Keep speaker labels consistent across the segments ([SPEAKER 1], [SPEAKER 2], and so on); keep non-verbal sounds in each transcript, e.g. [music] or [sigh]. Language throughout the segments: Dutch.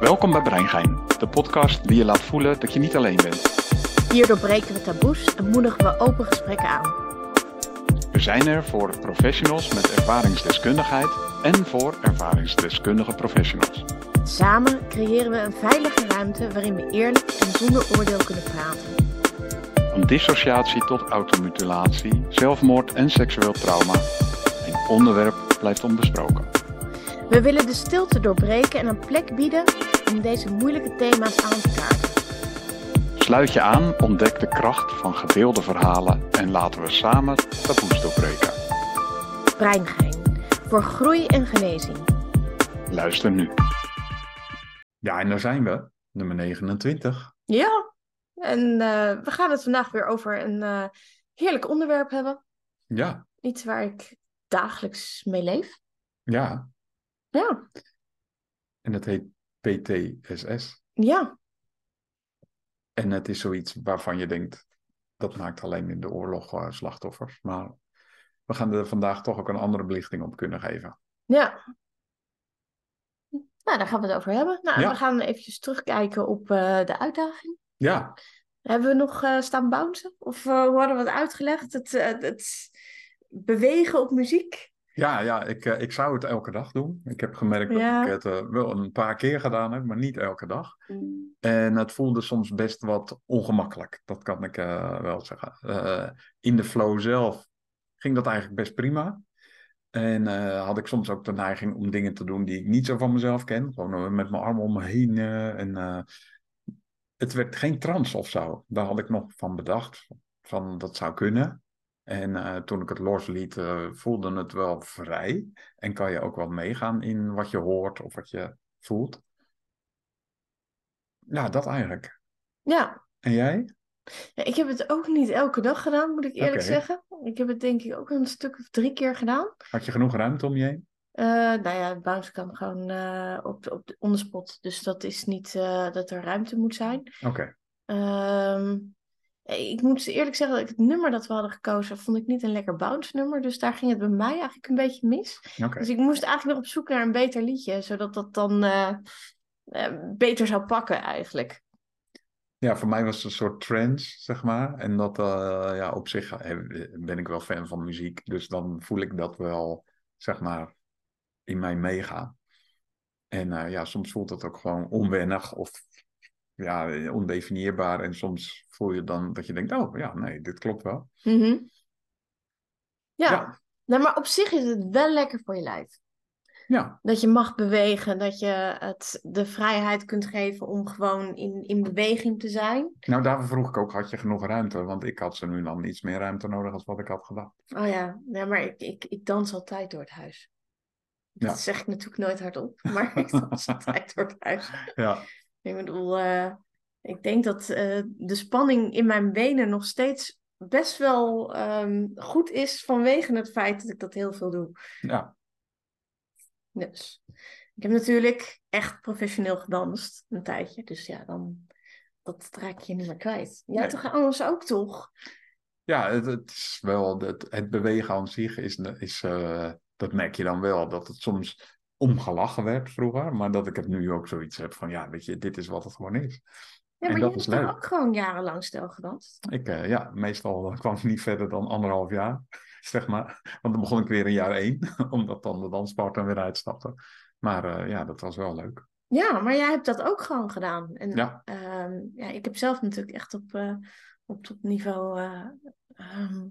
[SPEAKER 1] Welkom bij Breingein, de podcast die je laat voelen dat je niet alleen bent.
[SPEAKER 2] Hierdoor breken we taboes en moedigen we open gesprekken aan.
[SPEAKER 1] We zijn er voor professionals met ervaringsdeskundigheid en voor ervaringsdeskundige professionals.
[SPEAKER 2] Samen creëren we een veilige ruimte waarin we eerlijk en zonder oordeel kunnen praten.
[SPEAKER 1] Van dissociatie tot automutilatie, zelfmoord en seksueel trauma. Een onderwerp blijft onbesproken.
[SPEAKER 2] We willen de stilte doorbreken en een plek bieden om deze moeilijke thema's aan te kaarten.
[SPEAKER 1] Sluit je aan, ontdek de kracht van gedeelde verhalen en laten we samen taboes doorbreken.
[SPEAKER 2] Breingein. Voor groei en genezing.
[SPEAKER 1] Luister nu. Ja, en daar zijn we, nummer 29.
[SPEAKER 2] Ja, en eh, we gaan het vandaag weer over een eh, heerlijk onderwerp hebben.
[SPEAKER 1] Ja,
[SPEAKER 2] Iets waar ik dagelijks mee leef.
[SPEAKER 1] ja.
[SPEAKER 2] Ja,
[SPEAKER 1] En dat heet PTSS.
[SPEAKER 2] ja,
[SPEAKER 1] En het is zoiets waarvan je denkt, dat maakt alleen in de oorlog eh, slachtoffers. Maar we gaan er vandaag toch ook een andere belichting op kunnen geven.
[SPEAKER 2] ja. Nou, daar gaan we het over hebben. Nou,
[SPEAKER 1] Ja.
[SPEAKER 2] we gaan eventjes terugkijken op eh, de uitdaging.
[SPEAKER 1] Ja,
[SPEAKER 2] Hebben we nog eh, staan bouncen? Of eh, hoe hadden we het uitgelegd? Het, eh, het bewegen op muziek?
[SPEAKER 1] ja, ja ik, eh, ik zou het elke dag doen. Ik heb gemerkt dat
[SPEAKER 2] Ja.
[SPEAKER 1] ik het eh, wel een paar keer gedaan heb, maar niet elke dag. En het voelde soms best wat ongemakkelijk, dat kan ik eh, wel zeggen. Eh, in de flow zelf ging dat eigenlijk best prima. En eh, had ik soms ook de neiging om dingen te doen die ik niet zo van mezelf ken. Gewoon eh, met mijn armen om me heen. eh, en, eh, het werd geen trance of zo. Daar had ik nog van bedacht, van dat zou kunnen. En eh, toen ik het losliet, eh, voelde het wel vrij. En kan je ook wel meegaan in wat je hoort of wat je voelt. Ja, dat eigenlijk.
[SPEAKER 2] Ja,
[SPEAKER 1] En jij?
[SPEAKER 2] Ja, ik heb het ook niet elke dag gedaan, moet ik eerlijk
[SPEAKER 1] Oké.
[SPEAKER 2] zeggen. Ik heb het denk ik ook een stuk of drie keer gedaan.
[SPEAKER 1] Had je genoeg ruimte om je heen?
[SPEAKER 2] Eh, nou ja, het bounce kan gewoon eh, op, op de on the spot. Dus dat is niet eh, dat er ruimte moet zijn.
[SPEAKER 1] Oké.
[SPEAKER 2] Ehm, ik moet eerlijk zeggen dat ik het nummer dat we hadden gekozen, vond ik niet een lekker bounce nummer. Dus daar ging het bij mij eigenlijk een beetje mis.
[SPEAKER 1] Oké.
[SPEAKER 2] Dus ik moest eigenlijk weer op zoek naar een beter liedje, zodat dat dan eh, eh, beter zou pakken eigenlijk.
[SPEAKER 1] Ja, voor mij was het een soort trance, zeg maar. En dat, eh, ja, op zich eh, ben ik wel fan van muziek. Dus dan voel ik dat wel, zeg maar, in mij meegaan. En eh, ja, soms voelt dat ook gewoon onwennig of ja, eh, ondefinieerbaar. En soms voel je dan dat je denkt, oh ja, nee, dit klopt wel.
[SPEAKER 2] Mhm. Ja,
[SPEAKER 1] Ja.
[SPEAKER 2] Nou, maar op zich is het wel lekker voor je lijf.
[SPEAKER 1] Ja,
[SPEAKER 2] Dat je mag bewegen, dat je het de vrijheid kunt geven om gewoon in, in beweging te zijn.
[SPEAKER 1] nou daarvoor vroeg ik ook, had je genoeg ruimte? Want ik had ze nu dan iets meer ruimte nodig als wat ik had gedacht.
[SPEAKER 2] [laughs]
[SPEAKER 1] [laughs]
[SPEAKER 2] Oh ja, ja maar ik, ik, ik dans altijd door het huis. Dat
[SPEAKER 1] Ja.
[SPEAKER 2] zeg ik natuurlijk nooit hardop, [laughs] maar ik dans altijd door het huis.
[SPEAKER 1] Ja,
[SPEAKER 2] Ik bedoel, eh, ik denk dat eh, de spanning in mijn benen nog steeds best wel ehm, goed is vanwege het feit dat ik dat heel veel doe.
[SPEAKER 1] ja,
[SPEAKER 2] Dus ik heb natuurlijk echt professioneel gedanst een tijdje. Dus ja, dan dat raak je niet meer kwijt. Ja,
[SPEAKER 1] Nee.
[SPEAKER 2] toch anders ook toch?
[SPEAKER 1] ja het, het is wel, het, het bewegen aan zich is, is eh, dat merk je dan wel, dat het soms omgelachen werd vroeger, maar dat ik het nu ook zoiets heb van, ja, weet je, dit is wat het gewoon is.
[SPEAKER 2] Ja,
[SPEAKER 1] En
[SPEAKER 2] maar
[SPEAKER 1] dat
[SPEAKER 2] je
[SPEAKER 1] is
[SPEAKER 2] hebt toch
[SPEAKER 1] leuk.
[SPEAKER 2] ook gewoon jarenlang stel gedanst.
[SPEAKER 1] Ik, eh, ja, meestal kwam ik niet verder dan anderhalf jaar, [laughs] zeg maar, want dan begon ik weer in jaar één, [laughs] omdat dan de danspartner weer uitstapte. Maar eh, ja, dat was wel leuk.
[SPEAKER 2] Ja, maar jij hebt dat ook gewoon gedaan. En
[SPEAKER 1] Ja.
[SPEAKER 2] ehm, ja, ik heb zelf natuurlijk echt op, eh, op topniveau eh, ehm,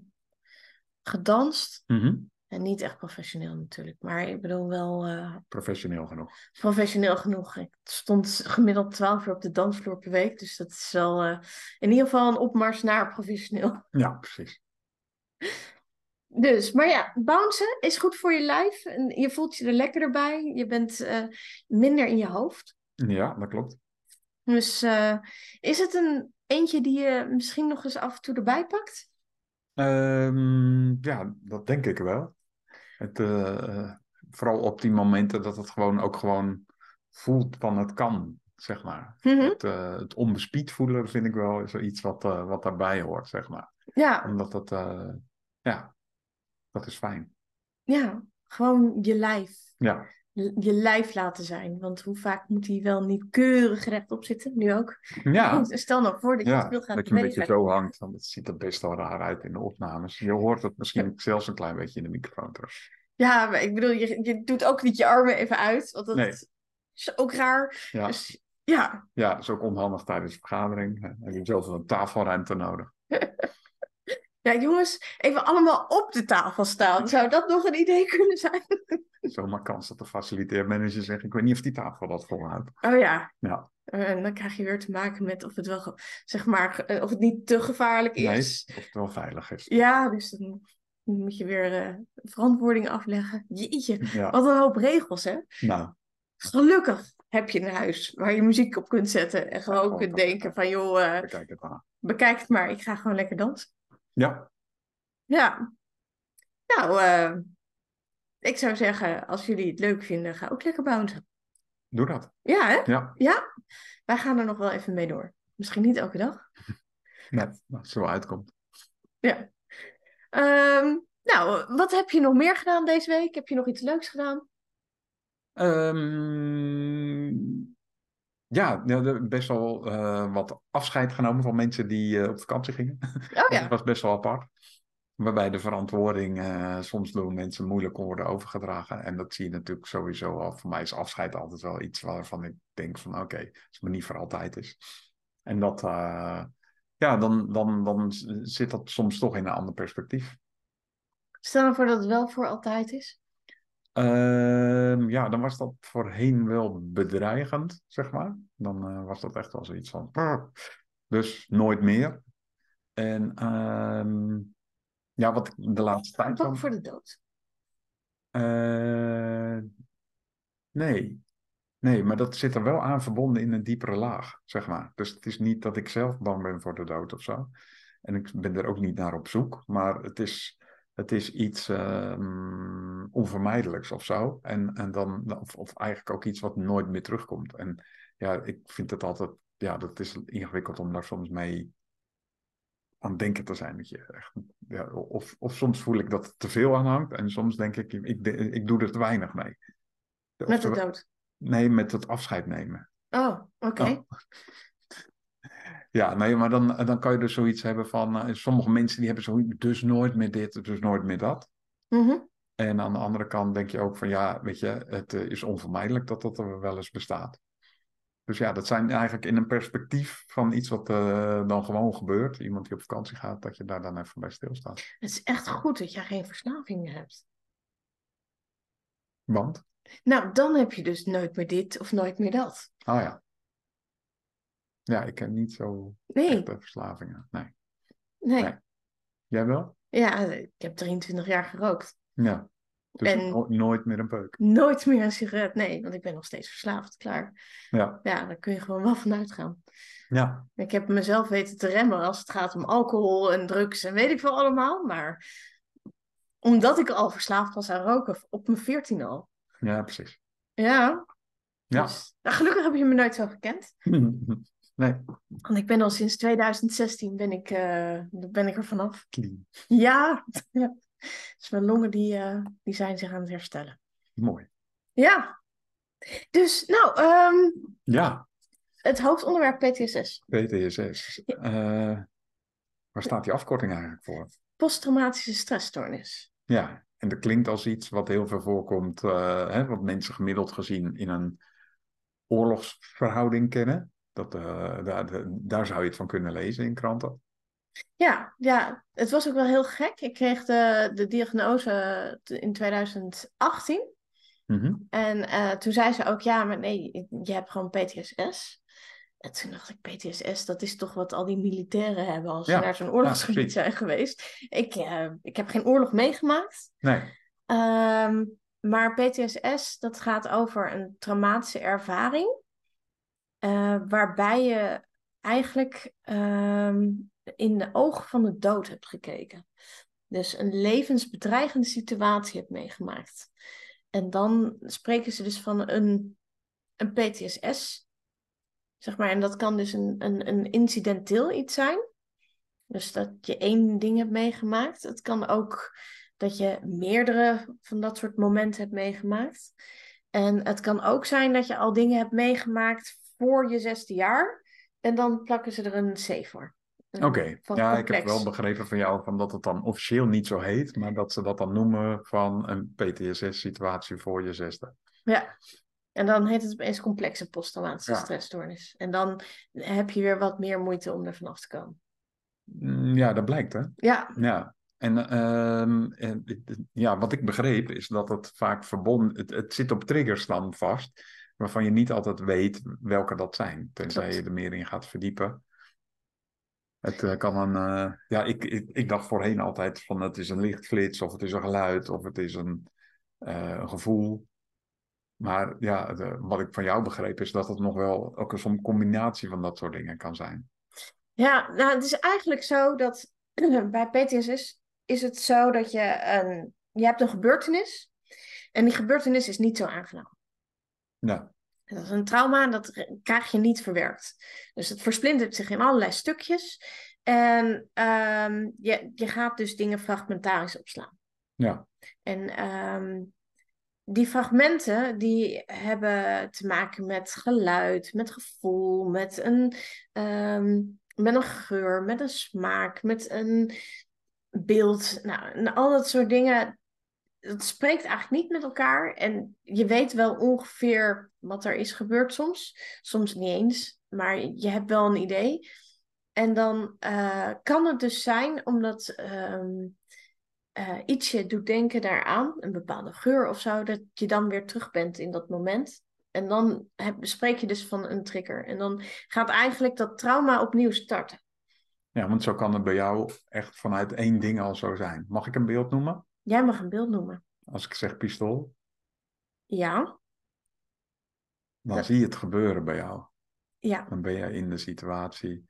[SPEAKER 2] gedanst.
[SPEAKER 1] Mhm.
[SPEAKER 2] En niet echt professioneel natuurlijk, maar ik bedoel wel eh,
[SPEAKER 1] Professioneel genoeg.
[SPEAKER 2] professioneel genoeg. Ik stond gemiddeld 12 uur op de dansvloer per week, dus dat is wel eh, in ieder geval een opmars naar professioneel. [laughs]
[SPEAKER 1] Ja, precies.
[SPEAKER 2] Dus, maar ja, bouncen is goed voor je lijf. En je voelt je er lekkerder bij. Je bent eh, minder in je hoofd.
[SPEAKER 1] Ja, dat klopt.
[SPEAKER 2] Dus eh, is het een eentje die je misschien nog eens af en toe erbij pakt?
[SPEAKER 1] Ehm, ja, dat denk ik wel. Het, eh, vooral op die momenten dat het gewoon ook gewoon voelt van het kan, zeg maar.
[SPEAKER 2] Mhm.
[SPEAKER 1] Het, eh, het onbespied voelen vind ik wel zoiets wat, eh, wat daarbij hoort, zeg maar.
[SPEAKER 2] Ja,
[SPEAKER 1] Omdat dat, eh, ja, dat is fijn.
[SPEAKER 2] ja, gewoon je lijf.
[SPEAKER 1] Ja,
[SPEAKER 2] je lijf laten zijn. Want hoe vaak moet hij wel niet keurig rechtop zitten, nu ook.
[SPEAKER 1] Ja,
[SPEAKER 2] Stel nou voor dat je
[SPEAKER 1] ja
[SPEAKER 2] het wil gaan
[SPEAKER 1] dat je een beetje
[SPEAKER 2] bewegen.
[SPEAKER 1] zo hangt. Want het ziet er best wel raar uit in de opnames. Je hoort het
[SPEAKER 2] [laughs]
[SPEAKER 1] misschien zelfs een klein beetje in de microfoon terug.
[SPEAKER 2] Ja, maar ik bedoel, je, je doet ook niet je armen even uit. Want dat
[SPEAKER 1] Nee.
[SPEAKER 2] is ook raar.
[SPEAKER 1] Ja,
[SPEAKER 2] Dus ja,
[SPEAKER 1] ja dat is ook onhandig tijdens de vergadering. Dan heb je zoveel tafelruimte nodig.
[SPEAKER 2] ja, jongens, even allemaal op de tafel staan. Zou dat nog een idee kunnen zijn?
[SPEAKER 1] Zomaar kans dat de faciliteermanager zegt... ik weet niet of die tafel dat volhoudt.
[SPEAKER 2] Oh ja.
[SPEAKER 1] Ja.
[SPEAKER 2] Eh, En dan krijg je weer te maken met of het wel, ge- zeg maar, eh, of het niet te gevaarlijk
[SPEAKER 1] Nee,
[SPEAKER 2] is.
[SPEAKER 1] of het wel veilig is.
[SPEAKER 2] Ja, dus dan moet je weer eh, verantwoording afleggen. Jeetje,
[SPEAKER 1] Ja,
[SPEAKER 2] wat een hoop regels, hè?
[SPEAKER 1] nou,
[SPEAKER 2] Gelukkig heb je een huis waar je muziek op kunt zetten en gewoon
[SPEAKER 1] Ja,
[SPEAKER 2] kunt
[SPEAKER 1] gewoon.
[SPEAKER 2] denken van, joh, eh,
[SPEAKER 1] we kijken het aan.
[SPEAKER 2] bekijk het maar, ik ga gewoon lekker dansen.
[SPEAKER 1] Ja,
[SPEAKER 2] Ja, nou, eh, ik zou zeggen, als jullie het leuk vinden, ga ook lekker bouncen.
[SPEAKER 1] doe dat.
[SPEAKER 2] Ja, hè?
[SPEAKER 1] Ja,
[SPEAKER 2] Ja, wij gaan er nog wel even mee door. Misschien niet elke dag.
[SPEAKER 1] net. Als het Nou, zo uitkomt.
[SPEAKER 2] Ehm, nou, wat heb je nog meer gedaan deze week? Heb je nog iets leuks gedaan?
[SPEAKER 1] Ehm, ja, ja, er- best wel eh, wat afscheid genomen van mensen die eh, op vakantie gingen.
[SPEAKER 2] Oh
[SPEAKER 1] Dus Dat
[SPEAKER 2] ja,
[SPEAKER 1] was best wel apart. Waarbij de verantwoording eh, soms door mensen moeilijk kon worden overgedragen. En dat zie je natuurlijk sowieso al. Voor mij is afscheid altijd wel iets waarvan ik denk van oké, als het maar niet voor altijd is. En dat, eh, ja, dan, dan, dan z- zit dat soms toch in een ander perspectief.
[SPEAKER 2] stel nou voor dat het wel voor altijd is.
[SPEAKER 1] Ehm, ja, dan was dat voorheen wel bedreigend, zeg maar. Dan eh, was dat echt wel zoiets van. "Ah, Dus nooit meer. En ehm, ja, wat ik de laatste tijd. dan-
[SPEAKER 2] Bang voor de dood.
[SPEAKER 1] eh, nee. Nee, maar dat zit er wel aan verbonden in een diepere laag, zeg maar. Dus het is niet dat ik zelf bang ben voor de dood of zo. En ik ben er ook niet naar op zoek, maar het is, het is iets ehm, onvermijdelijks of zo. En, en dan, of, of eigenlijk ook iets wat nooit meer terugkomt. En ja, ik vind het altijd, ja, dat is ingewikkeld om daar soms mee aan het denken te zijn. Dat je echt, ja, of, of soms voel ik dat het te veel aan hangt en soms denk ik, ik, ik doe er te weinig mee.
[SPEAKER 2] Met de dood.
[SPEAKER 1] Nee, met het afscheid nemen.
[SPEAKER 2] Oh, oké.
[SPEAKER 1] Oh. Ja, nee, maar dan, dan kan je dus zoiets hebben van... eh, sommige mensen die hebben zoiets, dus nooit meer dit, dus nooit meer dat.
[SPEAKER 2] Mhm.
[SPEAKER 1] En aan de andere kant denk je ook van... Ja, weet je, het eh, is onvermijdelijk dat dat er wel eens bestaat. Dus ja, dat zijn eigenlijk in een perspectief van iets wat eh, dan gewoon gebeurt. Iemand die op vakantie gaat, dat je daar dan even bij stilstaat.
[SPEAKER 2] Het is echt goed dat jij geen verslaving meer hebt.
[SPEAKER 1] Want,
[SPEAKER 2] Nou, dan heb je dus nooit meer dit of nooit meer dat.
[SPEAKER 1] ah ja. Ja, ik heb niet zo
[SPEAKER 2] Nee,
[SPEAKER 1] echte verslavingen. Nee.
[SPEAKER 2] nee.
[SPEAKER 1] eh, nee. Jij wel?
[SPEAKER 2] Ja, ik heb 23 jaar gerookt.
[SPEAKER 1] Ja. Dus
[SPEAKER 2] En-
[SPEAKER 1] no- nooit meer een peuk.
[SPEAKER 2] Nooit meer een sigaret. Nee, want ik ben nog steeds verslaafd. Klaar.
[SPEAKER 1] Ja.
[SPEAKER 2] Ja, daar kun je gewoon wel van uitgaan.
[SPEAKER 1] Ja.
[SPEAKER 2] Ik heb mezelf weten te remmen als het gaat om alcohol en drugs en weet ik veel allemaal. Maar omdat ik al verslaafd was aan roken, op mijn 14 al.
[SPEAKER 1] Ja, precies.
[SPEAKER 2] Ja.
[SPEAKER 1] Ja. [laughs]
[SPEAKER 2] Dus, nou, gelukkig heb je me nooit zo gekend.
[SPEAKER 1] Nee,
[SPEAKER 2] Want ik ben al sinds 2016 ben ik, eh, ben ik er vanaf. [laughs]
[SPEAKER 1] clean.
[SPEAKER 2] Ja. Dus mijn longen die, eh, die zijn zich aan het herstellen.
[SPEAKER 1] Mooi.
[SPEAKER 2] Ja. Dus nou, ehm,
[SPEAKER 1] Ja,
[SPEAKER 2] het hoofdonderwerp PTSS.
[SPEAKER 1] PTSS. Eh, waar staat die afkorting eigenlijk voor?
[SPEAKER 2] Posttraumatische stressstoornis.
[SPEAKER 1] Ja, en dat klinkt als iets wat heel veel voorkomt, eh, hè, wat mensen gemiddeld gezien in een oorlogsverhouding kennen. Dat, eh, daar, daar zou je het van kunnen lezen in kranten.
[SPEAKER 2] Ja, ja, het was ook wel heel gek. Ik kreeg de, de diagnose t- in 2018.
[SPEAKER 1] Mhm.
[SPEAKER 2] En eh, toen zei ze ook, ja, maar nee, je hebt gewoon PTSS. En toen dacht ik, PTSS, dat is toch wat al die militairen hebben als ze
[SPEAKER 1] Ja,
[SPEAKER 2] naar zo'n
[SPEAKER 1] precies.
[SPEAKER 2] oorlogsgebied zijn geweest. Ik, eh, ik heb geen oorlog meegemaakt.
[SPEAKER 1] Nee,
[SPEAKER 2] Ehm, maar PTSS, dat gaat over een traumatische ervaring, eh, waarbij je eigenlijk ehm, in de ogen van de dood hebt gekeken. Dus een levensbedreigende situatie hebt meegemaakt. En dan spreken ze dus van een, een PTSS, zeg maar. En dat kan dus een, een, een incidenteel iets zijn. Dus dat je één ding hebt meegemaakt. Het kan ook dat je meerdere van dat soort momenten hebt meegemaakt. Eh, En het kan ook zijn dat je al dingen hebt meegemaakt voor je zesde jaar. En dan plakken ze er een C voor.
[SPEAKER 1] Oké, ja, ik heb wel begrepen van jou van dat het dan officieel niet zo heet, maar dat ze dat dan noemen van een PTSS-situatie voor je zesde.
[SPEAKER 2] Ja. En dan heet het opeens complexe posttraumatische
[SPEAKER 1] Ja.
[SPEAKER 2] stressstoornis. En dan heb je weer wat meer moeite om er vanaf te komen.
[SPEAKER 1] Mm, Ja, dat blijkt hè.
[SPEAKER 2] Ja,
[SPEAKER 1] Ja, en, ehm, en het- het- ja, wat ik begreep is dat het vaak verbonden, het, het zit op triggers dan vast, waarvan je niet altijd weet welke dat zijn, tenzij
[SPEAKER 2] Klopt.
[SPEAKER 1] je er meer in gaat verdiepen. Het eh, kan een, eh, ja, ik, ik, ik dacht voorheen altijd van het is een lichtflits of het is een geluid of het is een, eh, een gevoel. Maar ja, het, eh, wat ik van jou begreep is dat het nog wel ook een soms combinatie van dat soort dingen kan zijn.
[SPEAKER 2] ja nou, het is eigenlijk zo dat [clears throat] bij PTSS is het zo dat je een, je hebt een gebeurtenis. En die gebeurtenis is niet zo aangenaam.
[SPEAKER 1] Ja,
[SPEAKER 2] Dat is een trauma en dat re- krijg je niet verwerkt. Dus het versplintert zich in allerlei stukjes. En ehm, je, je gaat dus dingen fragmentarisch opslaan.
[SPEAKER 1] ja,
[SPEAKER 2] En ehm, die fragmenten die hebben te maken met geluid, met gevoel, met een, ehm, met een geur, met een smaak, met een beeld. Nou, en al dat soort dingen, dat spreekt eigenlijk niet met elkaar. En je weet wel ongeveer wat er is gebeurd soms. Soms niet eens, maar je hebt wel een idee. En dan eh, kan het dus zijn, omdat ehm, eh, iets je doet denken daaraan, een bepaalde geur of zo, dat je dan weer terug bent in dat moment. En dan heb, spreek je dus van een trigger. En dan gaat eigenlijk dat trauma opnieuw starten.
[SPEAKER 1] ja, want zo kan het bij jou echt vanuit één ding al zo zijn. Mag ik een beeld noemen?
[SPEAKER 2] Jij mag een beeld noemen.
[SPEAKER 1] Als ik zeg pistool,
[SPEAKER 2] Ja,
[SPEAKER 1] dan
[SPEAKER 2] Ja.
[SPEAKER 1] zie je het gebeuren bij jou.
[SPEAKER 2] ja,
[SPEAKER 1] Dan ben je in de situatie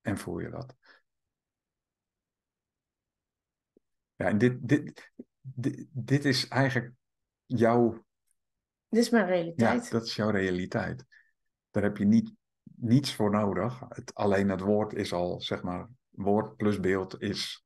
[SPEAKER 1] en voel je dat. Ja, en dit, dit, dit, dit is eigenlijk jouw
[SPEAKER 2] dit is mijn
[SPEAKER 1] Ja,
[SPEAKER 2] realiteit.
[SPEAKER 1] dat is jouw realiteit. Daar heb je niet, niets voor nodig. Het, alleen het woord is al, zeg maar, woord plus beeld is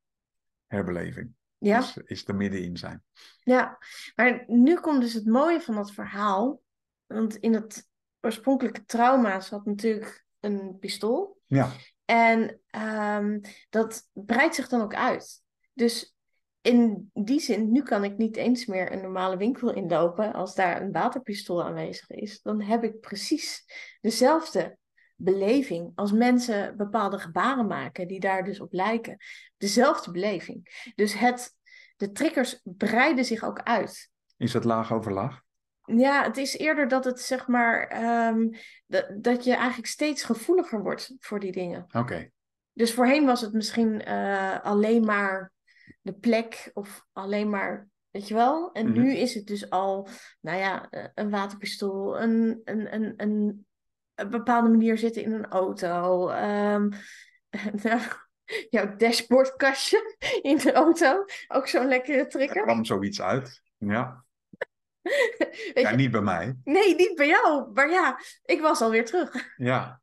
[SPEAKER 1] herbeleving.
[SPEAKER 2] Ja,
[SPEAKER 1] Is, is er middenin zijn.
[SPEAKER 2] ja. Maar nu komt dus het mooie van dat verhaal. Want in het oorspronkelijke trauma zat natuurlijk een pistool.
[SPEAKER 1] Ja,
[SPEAKER 2] En ehm, dat breidt zich dan ook uit. Dus in die zin, nu kan ik niet eens meer een normale winkel inlopen als daar een waterpistool aanwezig is. Dan heb ik precies dezelfde beleving als mensen bepaalde gebaren maken die daar dus op lijken. Dezelfde beleving. Dus het, de triggers breiden zich ook uit.
[SPEAKER 1] is het laag over laag?
[SPEAKER 2] Ja, het is eerder dat het zeg maar ehm, dat, dat je eigenlijk steeds gevoeliger wordt voor die dingen.
[SPEAKER 1] Oké,
[SPEAKER 2] Dus voorheen was het misschien eh, alleen maar de plek of alleen maar, weet je wel? En
[SPEAKER 1] Mhm.
[SPEAKER 2] nu is het dus al, nou ja, eh, een waterpistool, een, een, een, een, een bepaalde manier zitten in een auto, ehm, [laughs] nou, jouw dashboardkastje [laughs] in de auto, ook zo'n lekkere
[SPEAKER 1] er
[SPEAKER 2] trigger.
[SPEAKER 1] kwam zoiets uit. Ja,
[SPEAKER 2] [laughs] Weet
[SPEAKER 1] ja
[SPEAKER 2] je-
[SPEAKER 1] niet bij mij.
[SPEAKER 2] nee, niet bij jou, maar ja, ik was alweer terug.
[SPEAKER 1] Ja.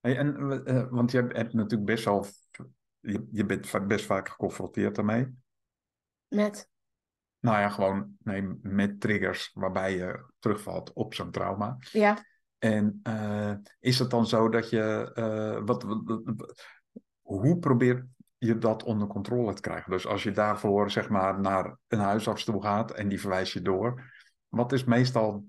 [SPEAKER 1] Hey, en, eh, eh, want je hebt natuurlijk best wel, je, je bent va- best vaak geconfronteerd daarmee.
[SPEAKER 2] Met,
[SPEAKER 1] Nou ja, gewoon nee, met triggers waarbij je terugvalt op zo'n trauma.
[SPEAKER 2] ja,
[SPEAKER 1] En eh, is het dan zo dat je. eh, wat, wat- wat- hoe probeer je dat onder controle te krijgen? Dus als je daarvoor zeg maar naar een huisarts toe gaat en die verwijst je door. Wat is meestal.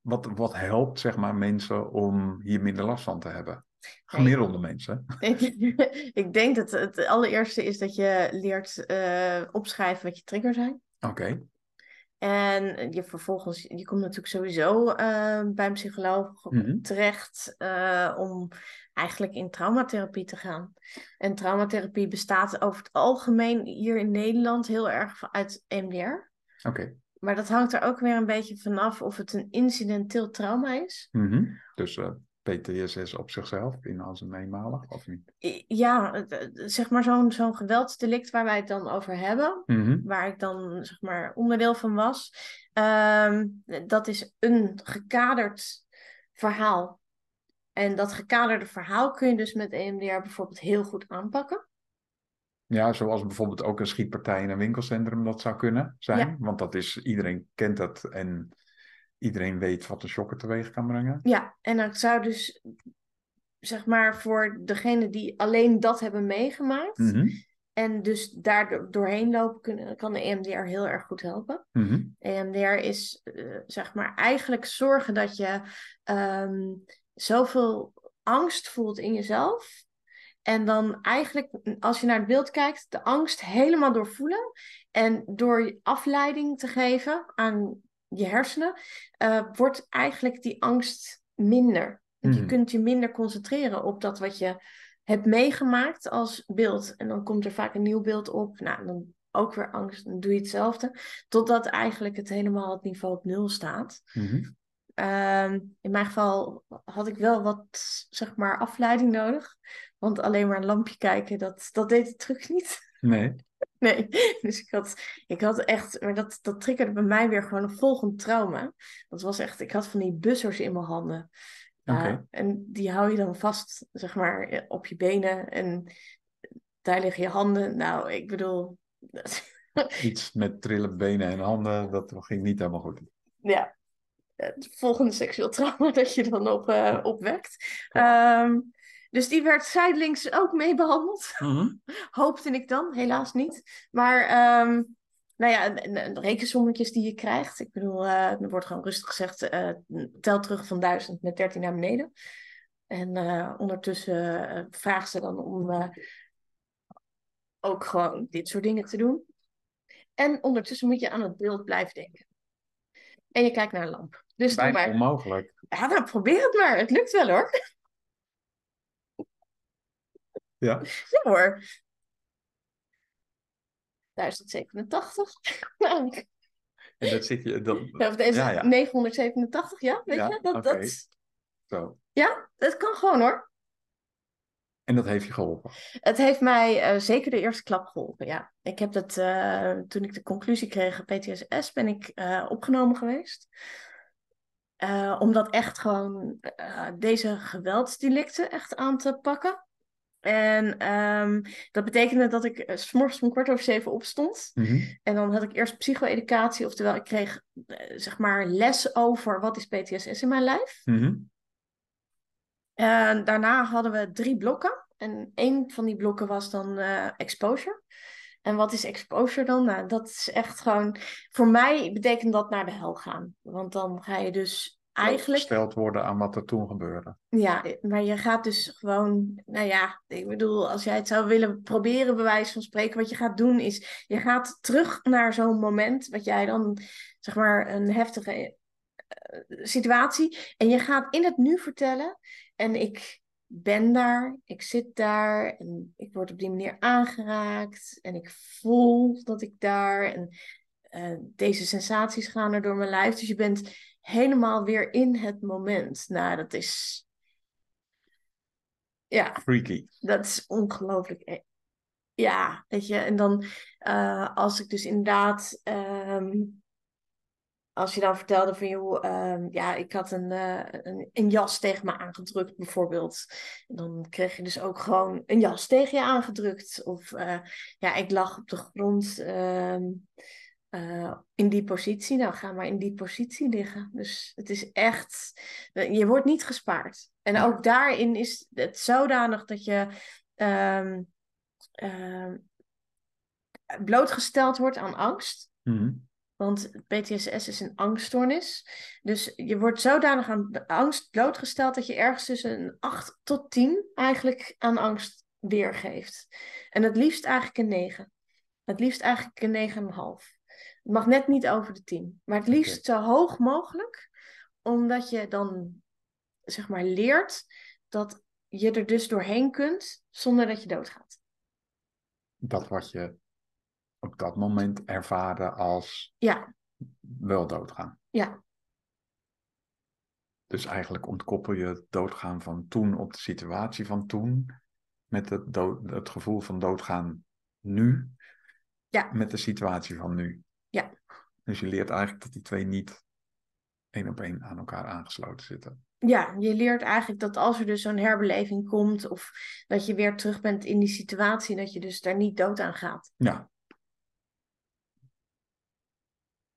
[SPEAKER 1] Wat, wat helpt zeg maar mensen om hier minder last van te hebben? Gemiddelde mensen.
[SPEAKER 2] Ik, [laughs] ik denk dat het allereerste is dat je leert eh, opschrijven wat je triggers zijn.
[SPEAKER 1] Oké,
[SPEAKER 2] En je vervolgens, je komt natuurlijk sowieso eh, bij een psycholoog
[SPEAKER 1] mhm,
[SPEAKER 2] terecht eh, om eigenlijk in traumatherapie te gaan. En traumatherapie bestaat over het algemeen hier in Nederland heel erg uit MDR.
[SPEAKER 1] oké.
[SPEAKER 2] Maar dat hangt er ook weer een beetje vanaf of het een incidenteel trauma is.
[SPEAKER 1] mhm. Dus eh, PTSS op zichzelf in als een eenmalig of niet?
[SPEAKER 2] I- Ja, het- het- zeg maar zo'n zo'n geweldsdelict waar wij het dan over hebben.
[SPEAKER 1] Mhm,
[SPEAKER 2] waar ik dan zeg maar onderdeel van was. Ehm, dat is een gekaderd verhaal. E En dat gekaderde verhaal kun je dus met EMDR bijvoorbeeld heel goed aanpakken.
[SPEAKER 1] Ja, zoals bijvoorbeeld ook een schietpartij in een winkelcentrum dat zou kunnen zijn.
[SPEAKER 2] Ja.
[SPEAKER 1] Want dat is, iedereen kent dat en iedereen weet wat een shocker teweeg kan brengen.
[SPEAKER 2] Ja, en dan zou dus, zeg maar, voor degene die alleen dat hebben meegemaakt
[SPEAKER 1] Mhm,
[SPEAKER 2] en dus daar doorheen lopen, kunnen, kan de E EMDR heel erg goed helpen. E
[SPEAKER 1] mhm.
[SPEAKER 2] EMDR is eh, zeg maar eigenlijk zorgen dat je ehm, zoveel angst voelt in jezelf. En dan eigenlijk, als je naar het beeld kijkt, de angst helemaal doorvoelen. En door je afleiding te geven aan je hersenen, eh, wordt eigenlijk die angst minder. Want Je
[SPEAKER 1] Mhm.
[SPEAKER 2] kunt je minder concentreren op dat wat je hebt meegemaakt als beeld. En dan komt er vaak een nieuw beeld op. Nou, dan ook weer angst, dan doe je hetzelfde. Totdat eigenlijk het helemaal het niveau op nul staat.
[SPEAKER 1] Mhm.
[SPEAKER 2] Ehm, in mijn geval had ik wel wat, zeg maar, afleiding nodig. Want alleen maar een lampje kijken, dat, dat deed de truc [laughs] niet.
[SPEAKER 1] Nee.
[SPEAKER 2] Nee, dus ik had, ik had echt... Maar dat, dat triggerde bij mij weer gewoon een volgend trauma. Dat was echt... Ik had van die buzzers in mijn handen.
[SPEAKER 1] Oké.
[SPEAKER 2] Eh, en die hou je dan vast, zeg maar, eh, op je benen. En daar liggen je handen. Nou, ik bedoel...
[SPEAKER 1] Iets met trillen benen en handen, dat ging niet helemaal goed.
[SPEAKER 2] ja, het volgende seksueel trauma [laughs] dat je dan op, eh, opwekt. Ehm, dus die werd zijdelings ook mee behandeld. Hoopte ik dan, helaas niet. Maar ehm, nou ja, en- en- en rekensommetjes die je krijgt. Ik bedoel, eh, er wordt gewoon rustig gezegd, eh, tel terug van 1000 met 13 naar beneden. En eh, ondertussen eh, vraagt ze dan om eh, ook gewoon dit soort dingen te doen. En ondertussen moet je aan het beeld blijven denken. En je kijkt naar een lamp. Dus doe
[SPEAKER 1] Bijna
[SPEAKER 2] maar.
[SPEAKER 1] onmogelijk.
[SPEAKER 2] Ja, nou, probeer het maar. Het lukt wel
[SPEAKER 1] Ja.
[SPEAKER 2] hoor. [laughs] Ja hoor. 1087. [laughs] Nou, ik-
[SPEAKER 1] En dat zit je dan
[SPEAKER 2] of deze
[SPEAKER 1] Ja, ja.
[SPEAKER 2] 987, ja? Weet
[SPEAKER 1] Ja,
[SPEAKER 2] je? Dat,
[SPEAKER 1] oké.
[SPEAKER 2] dat,
[SPEAKER 1] zo.
[SPEAKER 2] ja, dat kan gewoon hoor.
[SPEAKER 1] En dat heeft je geholpen.
[SPEAKER 2] Het heeft mij eh, zeker de eerste klap geholpen, ja. Ik heb dat, eh, toen ik de conclusie kreeg, PTSS, ben ik eh, opgenomen geweest. Eh, om dat echt gewoon, eh, deze geweldsdelicten echt aan te pakken. En ehm, dat betekende dat ik eh, s s'morgens om kwart over zeven opstond.
[SPEAKER 1] Mhm.
[SPEAKER 2] En dan had ik eerst psycho-educatie, oftewel ik kreeg eh, zeg maar les over wat is PTSS in mijn lijf.
[SPEAKER 1] Mhm.
[SPEAKER 2] En daarna hadden we drie blokken. En één van die blokken was dan eh, exposure. En wat is exposure dan? Nou, dat is echt gewoon... Voor mij betekent dat naar de hel gaan. Want dan ga je dus eigenlijk...
[SPEAKER 1] Gesteld worden aan wat er toen gebeurde.
[SPEAKER 2] Ja, maar je gaat dus gewoon, nou ja, ik bedoel, als jij het zou willen proberen, bij wijze van spreken, wat je gaat doen is, je gaat terug naar zo'n moment, wat jij dan, zeg maar, een heftige eh, situatie, en je gaat in het nu vertellen, en ik ben daar, ik zit daar, en ik word op die manier aangeraakt, en ik voel dat ik daar, en eh, deze sensaties gaan er door mijn lijf, dus je bent helemaal weer in het moment. Nou, dat is ja,
[SPEAKER 1] Freaky.
[SPEAKER 2] dat is ongelooflijk. e- Ja, weet je, en dan eh, als ik dus inderdaad, ehm, als je dan vertelde van joh, ehm, ja, ik had een, eh, een, een jas tegen me aangedrukt bijvoorbeeld. Dan kreeg je dus ook gewoon een jas tegen je aangedrukt. Of eh, ja, ik lag op de grond ehm, eh, in die positie. Nou, ga maar in die positie liggen. Dus het is echt, je wordt niet gespaard. En ook daarin is het zodanig dat je ehm, ehm, blootgesteld wordt aan angst.
[SPEAKER 1] Mhm.
[SPEAKER 2] Want PTSS is een angststoornis. Dus je wordt zodanig aan de angst blootgesteld dat je ergens tussen een 8 tot 10 eigenlijk aan angst weergeeft. En het liefst eigenlijk een 9. Het liefst eigenlijk een 9,5. Het mag net niet over de 10. Maar het liefst zo hoog mogelijk, omdat je dan zeg maar leert dat je er dus doorheen kunt zonder dat je doodgaat.
[SPEAKER 1] Dat wat je op dat moment ervaarde als
[SPEAKER 2] Ja,
[SPEAKER 1] wel doodgaan.
[SPEAKER 2] ja,
[SPEAKER 1] Dus eigenlijk ontkoppel je het doodgaan van toen op de situatie van toen. Met het, dood, het gevoel van doodgaan nu.
[SPEAKER 2] Ja.
[SPEAKER 1] Met de situatie van nu.
[SPEAKER 2] Ja.
[SPEAKER 1] Dus je leert eigenlijk dat die twee niet één op één aan elkaar aangesloten zitten.
[SPEAKER 2] Ja, je leert eigenlijk dat als er dus zo'n herbeleving komt of dat je weer terug bent in die situatie, dat je dus daar niet dood aan gaat.
[SPEAKER 1] Ja,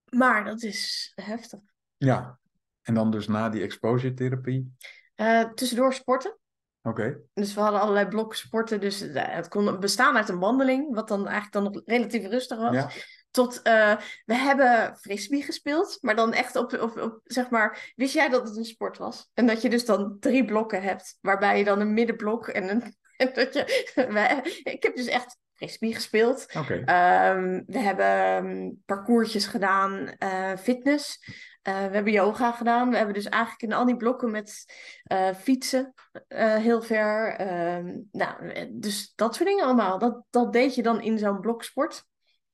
[SPEAKER 2] Maar dat is heftig.
[SPEAKER 1] ja. En dan dus na die exposure therapie.
[SPEAKER 2] Eh, tussendoor sporten.
[SPEAKER 1] Oké,
[SPEAKER 2] Dus we hadden allerlei blokken sporten. Dus eh, het kon bestaan uit een wandeling, wat dan eigenlijk dan nog relatief rustig was.
[SPEAKER 1] ja.
[SPEAKER 2] Tot eh, we hebben frisbee gespeeld, maar dan echt op, op, op, zeg maar, wist jij dat het een sport was? En dat je dus dan drie blokken hebt, waarbij je dan een middenblok en een. [laughs] En dat je, wij- ik heb dus echt frisbee gespeeld.
[SPEAKER 1] Oké,
[SPEAKER 2] Ehm, we hebben ehm, parcoursjes gedaan, eh, fitness. Eh, we hebben yoga gedaan. We hebben dus eigenlijk in al die blokken met eh, fietsen eh, heel ver. Ehm, nou, eh, dus dat soort dingen allemaal. Dat, dat deed je dan in zo'n blok sport.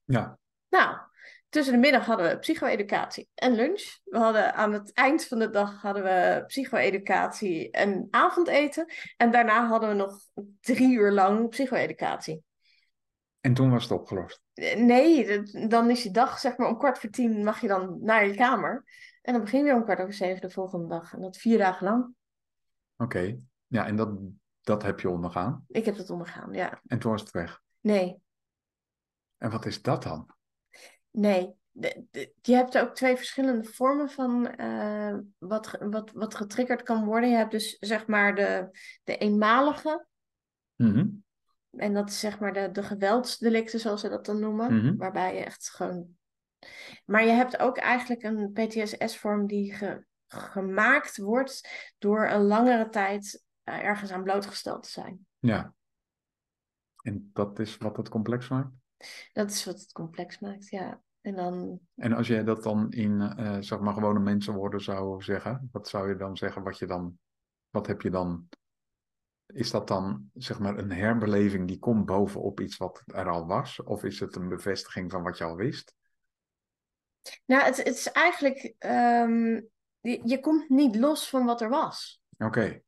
[SPEAKER 1] ja.
[SPEAKER 2] Nou, tussen de middag hadden we psycho-educatie en lunch. We hadden aan het eind van de dag hadden we psycho-educatie en avondeten. En daarna hadden we nog drie uur lang psycho-educatie.
[SPEAKER 1] En toen was het opgelost.
[SPEAKER 2] Eh, Nee, dat- dan is je dag, zeg maar, om kwart voor tien mag je dan naar je kamer. En dan begin je weer om kwart over zeven de volgende dag. En dat vier dagen lang.
[SPEAKER 1] Oké, ja, en dat, dat heb je ondergaan.
[SPEAKER 2] Ik heb dat ondergaan, ja.
[SPEAKER 1] En toen was het weg.
[SPEAKER 2] Nee,
[SPEAKER 1] En wat is dat dan?
[SPEAKER 2] nee. De- de- je hebt ook twee verschillende vormen van eh, wat, ge- wat, wat getriggerd kan worden. Je hebt dus, zeg maar, de, de eenmalige.
[SPEAKER 1] Mhm,
[SPEAKER 2] En dat is, zeg maar, de, de geweldsdelicten, zoals ze dat dan noemen.
[SPEAKER 1] Mhm.
[SPEAKER 2] Waarbij je echt gewoon... Maar je hebt ook eigenlijk een PTSS-vorm die ge- gemaakt wordt door een langere tijd eh, ergens aan blootgesteld te zijn.
[SPEAKER 1] Ja. En dat is wat het complex maakt.
[SPEAKER 2] Dat is wat het complex maakt, ja. En dan,
[SPEAKER 1] En als jij dat dan in, eh, zeg maar, gewone mensenwoorden zou zeggen, wat zou je dan zeggen? Wat je dan, wat heb je dan? Is dat dan, zeg maar, een herbeleving die komt bovenop iets wat er al was? Of is het een bevestiging van wat je al wist?
[SPEAKER 2] nou, het, het is eigenlijk, ehm, je, je komt niet los van wat er was.
[SPEAKER 1] Oké.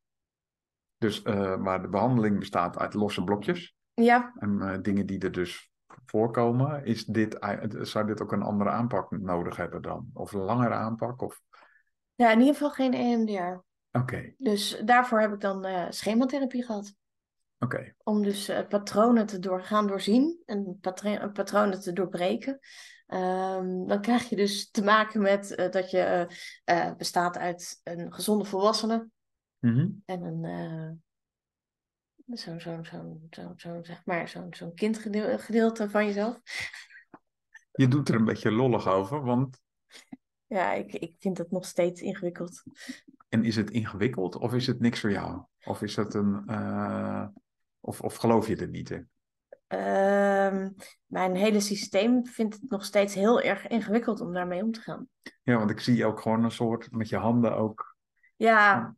[SPEAKER 1] Dus, eh, maar de behandeling bestaat uit losse blokjes
[SPEAKER 2] Ja,
[SPEAKER 1] en eh, dingen die er dus voorkomen. Is dit, ei- zou dit ook een andere aanpak nodig hebben dan? Of een langere aanpak? Of...
[SPEAKER 2] ja in ieder geval geen E EMDR.
[SPEAKER 1] Oké,
[SPEAKER 2] Dus daarvoor heb ik dan eh, schematherapie gehad.
[SPEAKER 1] oké.
[SPEAKER 2] om dus eh, patronen te door, gaan doorzien en patra- eh, patronen te doorbreken. Ehm, dan krijg je dus te maken met eh, dat je eh, eh, bestaat uit een gezonde volwassene
[SPEAKER 1] Mhm.
[SPEAKER 2] en een eh zo'n zo, zo, zo, zo, zeg maar, zo'n zo'n kindgedeelte van jezelf.
[SPEAKER 1] Je doet er een beetje lollig over, want
[SPEAKER 2] Ja, ik, ik vind dat nog steeds ingewikkeld.
[SPEAKER 1] En is het ingewikkeld of is het niks voor jou? Of is het een. eh, of, of geloof je er niet in?
[SPEAKER 2] Ehm, mijn hele systeem vindt het nog steeds heel erg ingewikkeld om daarmee om te gaan.
[SPEAKER 1] Ja, want ik zie ook gewoon een soort met je handen ook.
[SPEAKER 2] Ja,